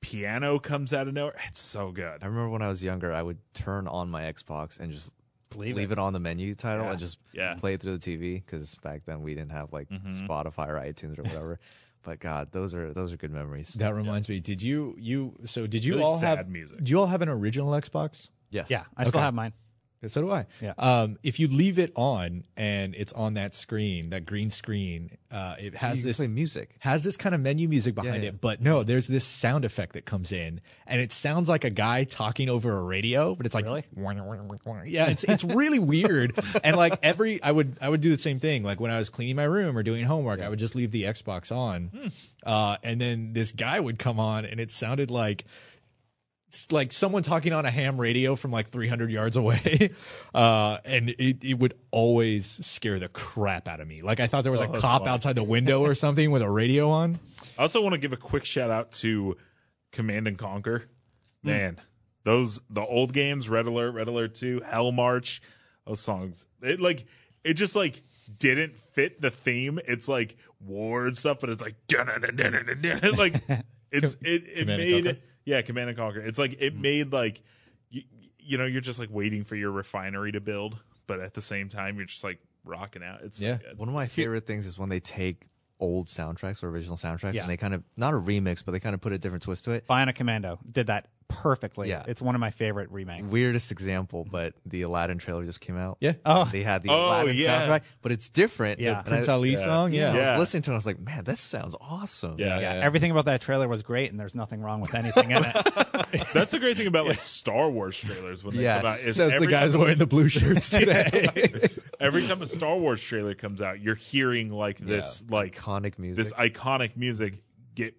Speaker 3: piano comes out of nowhere. It's so good.
Speaker 2: I remember when I was younger, I would turn on my Xbox and just
Speaker 3: Believe
Speaker 2: leave
Speaker 3: it.
Speaker 2: it. on the menu title
Speaker 3: Yeah.
Speaker 2: and just
Speaker 3: Yeah.
Speaker 2: play it through the TV because back then we didn't have like
Speaker 4: Mhm.
Speaker 2: Spotify or iTunes or whatever. but God, those are those are good memories.
Speaker 4: That reminds me. Did you you so did you
Speaker 2: Really
Speaker 4: all
Speaker 2: sad
Speaker 4: have
Speaker 2: music.
Speaker 4: Do you all have an original Xbox?
Speaker 2: Yes.
Speaker 1: Yeah, I still have mine.
Speaker 4: So do I.
Speaker 1: Yeah.
Speaker 4: Um, if you leave it on and it's on that screen, that green screen, uh, it has
Speaker 2: You can
Speaker 4: this
Speaker 2: play music.
Speaker 4: has this kind of menu music behind
Speaker 2: yeah.
Speaker 4: it. But no, there's this sound effect that comes in, and it sounds like a guy talking over a radio, but it's like yeah, it's it's really
Speaker 3: (laughs)
Speaker 4: weird. And like every, I would I would do the same thing. Like when I was cleaning my room or doing homework, I would just leave the Xbox on,
Speaker 3: Hmm.
Speaker 4: uh, and then this guy would come on, and it sounded like s- like someone talking on a ham radio from like 300 yards away (laughs) uh and it, it would always scare the crap out of me like i thought there was
Speaker 3: Oh,
Speaker 4: a
Speaker 3: that's
Speaker 4: cop
Speaker 3: funny.
Speaker 4: outside the window or something with a radio on
Speaker 3: I also want to give a quick shout out to Command and Conquer.
Speaker 4: Hmm.
Speaker 3: Man, those the old games, Red Alert, Red Alert 2, Hell March, those songs. It like it just like didn't fit the theme. It's like war and stuff, but it's like (laughs) dun-dun-dun-dun-dun-dun. like
Speaker 4: (laughs)
Speaker 3: it's it it
Speaker 4: Command and
Speaker 3: made
Speaker 4: Conquer? Hmm.
Speaker 3: yeah, Command and Conquer. It's like it made like you, you know, you're just like waiting for your refinery to build, but at the same time you're just like rocking out. It's so good.
Speaker 2: One of my favorite things is when they take old soundtracks or original soundtracks
Speaker 1: Yeah.
Speaker 2: and they kind of not a remix, but they kind of put a different twist to it.
Speaker 1: Bionic Commando did that perfectly.
Speaker 2: Yeah.
Speaker 1: It's one of my favorite remakes.
Speaker 2: Weirdest example, but the Aladdin trailer just came out.
Speaker 4: Yeah.
Speaker 1: Oh.
Speaker 2: They had the
Speaker 1: Oh,
Speaker 2: Aladdin
Speaker 1: yeah.
Speaker 2: soundtrack, but it's different.
Speaker 1: Yeah. The
Speaker 2: And
Speaker 1: Prince Ali song? Yeah.
Speaker 2: I
Speaker 1: Yeah.
Speaker 2: was listening to it. I was like, man, this sounds awesome.
Speaker 3: Yeah.
Speaker 1: Yeah, everything about that trailer was great, and there's nothing wrong with anything in it.
Speaker 2: (laughs)
Speaker 3: That's the great thing about like Star Wars trailers when they
Speaker 4: Yes.
Speaker 3: come out. Is
Speaker 4: Says the
Speaker 3: every
Speaker 4: guys
Speaker 3: time- (laughs)
Speaker 4: wearing the blue shirts today.
Speaker 3: every time a Star Wars trailer comes out, you're hearing like this like
Speaker 2: (laughs) iconic music.
Speaker 3: this iconic music get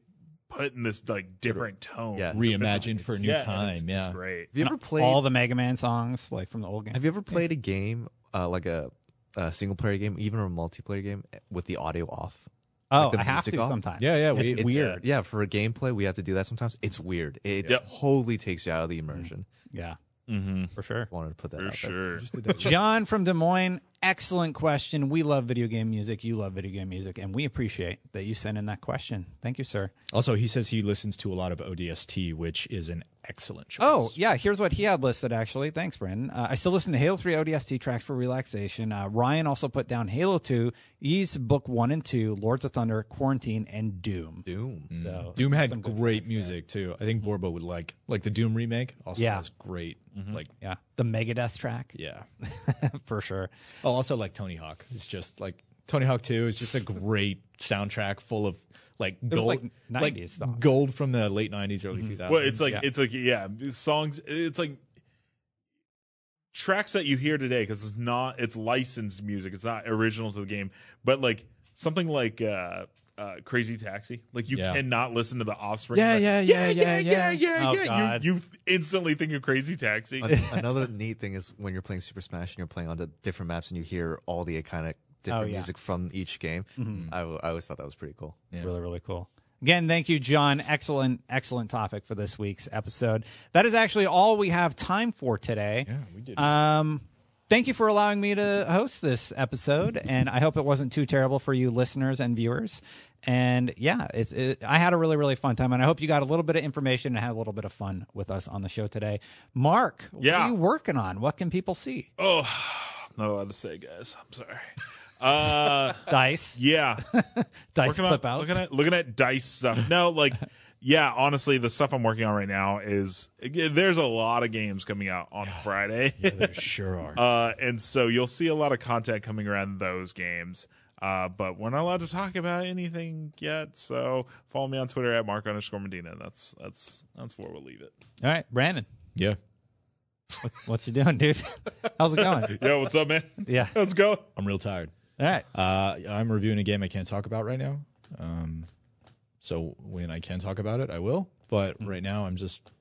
Speaker 3: put in this like different tone.
Speaker 4: (laughs)
Speaker 2: Yeah.
Speaker 4: Reimagined for a new time,
Speaker 3: it's-
Speaker 4: yeah.
Speaker 3: it's great.
Speaker 2: Have you ever
Speaker 1: And
Speaker 2: played-
Speaker 1: all the Mega Man songs like from the old game?
Speaker 2: Have you ever played a game, uh, like a, a single player game, even a multiplayer game, with the audio off?
Speaker 1: Oh,
Speaker 2: Like the
Speaker 1: I have
Speaker 2: music
Speaker 1: to
Speaker 2: off?
Speaker 1: sometimes.
Speaker 4: Yeah, yeah,
Speaker 2: It's-
Speaker 4: we-
Speaker 2: it's- uh,
Speaker 4: weird.
Speaker 2: Yeah, for a gameplay, we have to do that sometimes. It's weird. It totally takes you out of the immersion.
Speaker 4: Mm.
Speaker 1: Yeah.
Speaker 3: Mm-hmm.
Speaker 1: For sure.
Speaker 2: Wanted to put that
Speaker 3: For
Speaker 2: out there.
Speaker 3: sure.
Speaker 1: John from Des Moines, excellent question. We love video game music. You love video game music, and we appreciate that you sent in that question. Thank you, sir.
Speaker 4: also he says he listens to a lot of odst which is an excellent choice
Speaker 1: Oh, yeah. Here's what he had listed, actually. Thanks, Brandon. Uh, I still listen to Halo 3 ODST tracks for relaxation. Uh, Ryan also put down Halo 2, Ease Book 1 and 2, Lords of Thunder, Quarantine, and Doom.
Speaker 2: Doom.
Speaker 1: So,
Speaker 4: doom had great music too i think borbo would like like the doom remake also
Speaker 1: Yeah.
Speaker 4: has great like
Speaker 1: yeah. The Megadeth track,
Speaker 4: yeah
Speaker 1: (laughs) for sure.
Speaker 4: Oh, also like Tony Hawk. It's just like Tony Hawk Two is just a great soundtrack full of like
Speaker 1: There's,
Speaker 4: gold,
Speaker 1: like, 90s songs.
Speaker 4: gold from the late nineties, early 2000s.
Speaker 3: Well, it's like
Speaker 4: Um, Yeah.
Speaker 3: it's like yeah, these songs. It's like tracks that you hear today because it's not it's licensed music. It's not original to the game, but like something like. uh uh, Crazy Taxi, like you
Speaker 4: Yeah.
Speaker 3: cannot listen to the Offspring.
Speaker 4: Yeah,
Speaker 3: Like,
Speaker 4: yeah, yeah,
Speaker 3: yeah, yeah,
Speaker 4: yeah,
Speaker 3: yeah,
Speaker 4: yeah. Oh,
Speaker 3: yeah.
Speaker 4: God.
Speaker 3: You, you instantly think of Crazy Taxi.
Speaker 2: An- Another neat thing is when you're playing Super Smash and you're playing on the different maps and you hear all the iconic different
Speaker 1: yeah.
Speaker 2: music from each game.
Speaker 1: Mhm.
Speaker 2: I, w- I always thought that was pretty cool.
Speaker 1: Really, really cool. Again, thank you, John. Excellent, excellent topic for this week's episode. That is actually all we have time for today. Yeah, we did. Um, thank you for allowing me to host this episode, and I hope it wasn't too terrible for you listeners and viewers. And yeah, it's it, I had a really, really fun time, and I hope you got a little bit of information and had a little bit of fun with us on the show today. Mark, what
Speaker 3: Yeah.
Speaker 1: are you working on? What can people see?
Speaker 3: (laughs) Oh, I'm not allowed to say, guys. I'm sorry. Uh,
Speaker 1: dice.
Speaker 3: Yeah.
Speaker 1: Dice
Speaker 3: Working
Speaker 1: clip
Speaker 3: on,
Speaker 1: outs.
Speaker 3: Looking at, looking at dice stuff. No, like, yeah, honestly, the stuff I'm working on right now is there's a lot of games coming out on Friday. (laughs)
Speaker 6: sure are.
Speaker 3: Uh, and so you'll see a lot of content coming around those games. Uh, but we're not allowed to talk about anything yet. So follow me on Twitter at Mark underscore Medina. That's that's that's where we'll leave it.
Speaker 1: All right, Brandon.
Speaker 6: Yeah.
Speaker 1: What, what's you doing, dude? (laughs) How's it
Speaker 3: (laughs)
Speaker 1: going?
Speaker 3: Yo, what's up, man?
Speaker 1: Yeah.
Speaker 3: Let's go.
Speaker 6: I'm real tired.
Speaker 1: All right.
Speaker 6: Uh, I'm reviewing a game I can't talk about right now. Um, so when I can talk about it, I will. But
Speaker 1: Mm.
Speaker 6: right now, I'm just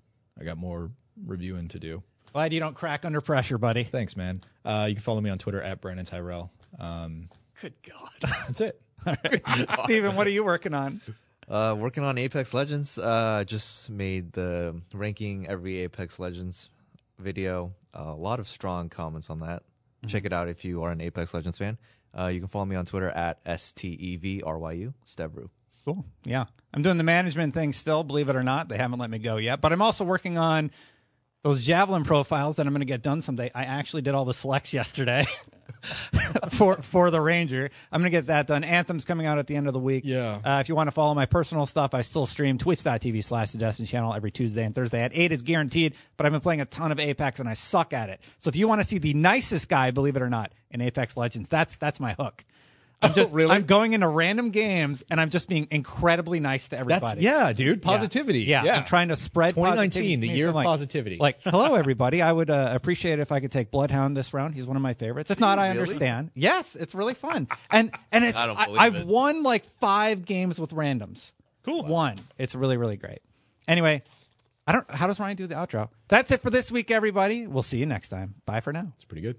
Speaker 6: I got more reviewing to do.
Speaker 1: Glad you don't crack under pressure, buddy.
Speaker 6: Thanks, man. Uh, you can follow me on Twitter at Brandon Tyrell. Um,
Speaker 1: Good God.
Speaker 6: that's it.
Speaker 1: (laughs) (laughs) Steven, what are you working on?
Speaker 2: Uh, working on Apex Legends. Uh, just made the ranking every Apex Legends video. Uh, a lot of strong comments on that. Check it out if you are an Apex Legends fan. Uh, you can follow me on Twitter at s t e v r y u Stevru.
Speaker 1: Cool. Yeah. I'm doing the management thing still, believe it or not. They haven't let me go yet. But I'm also working on those javelin profiles that I'm going to get done someday. I actually did all the selects yesterday (laughs) for for the Ranger. I'm going to get that done. Anthem's coming out at the end of the week. Yeah. Uh, if you want to follow my personal stuff, I still stream twitch.tv slash the Destiny channel every Tuesday and Thursday at 8 is guaranteed. But I've been playing a ton of Apex and I suck at it. So if you want to see the nicest guy, believe it or not, in Apex Legends, that's that's my hook. I'm just Oh, really? I'm going into random games and I'm just being incredibly nice to everybody.
Speaker 6: yeah, dude. Positivity.
Speaker 1: Yeah,
Speaker 6: Yeah.
Speaker 1: I'm trying to spread
Speaker 6: 2019, the
Speaker 1: positivity.
Speaker 6: year of
Speaker 1: Like-
Speaker 6: positivity.
Speaker 1: (laughs) Like, hello everybody. I would uh, appreciate it if I could take Bloodhound this round. He's one of my favorites. If not, I
Speaker 6: Really?
Speaker 1: understand. Yes, it's really fun. And and it's
Speaker 6: I don't believe
Speaker 1: I, have
Speaker 6: it.
Speaker 1: won like five games with randoms. Cool. One. It's really really great. Anyway, I don't. How does Ryan do the outro? That's it for this week, everybody. We'll see you next time. Bye for now. It's
Speaker 6: pretty good.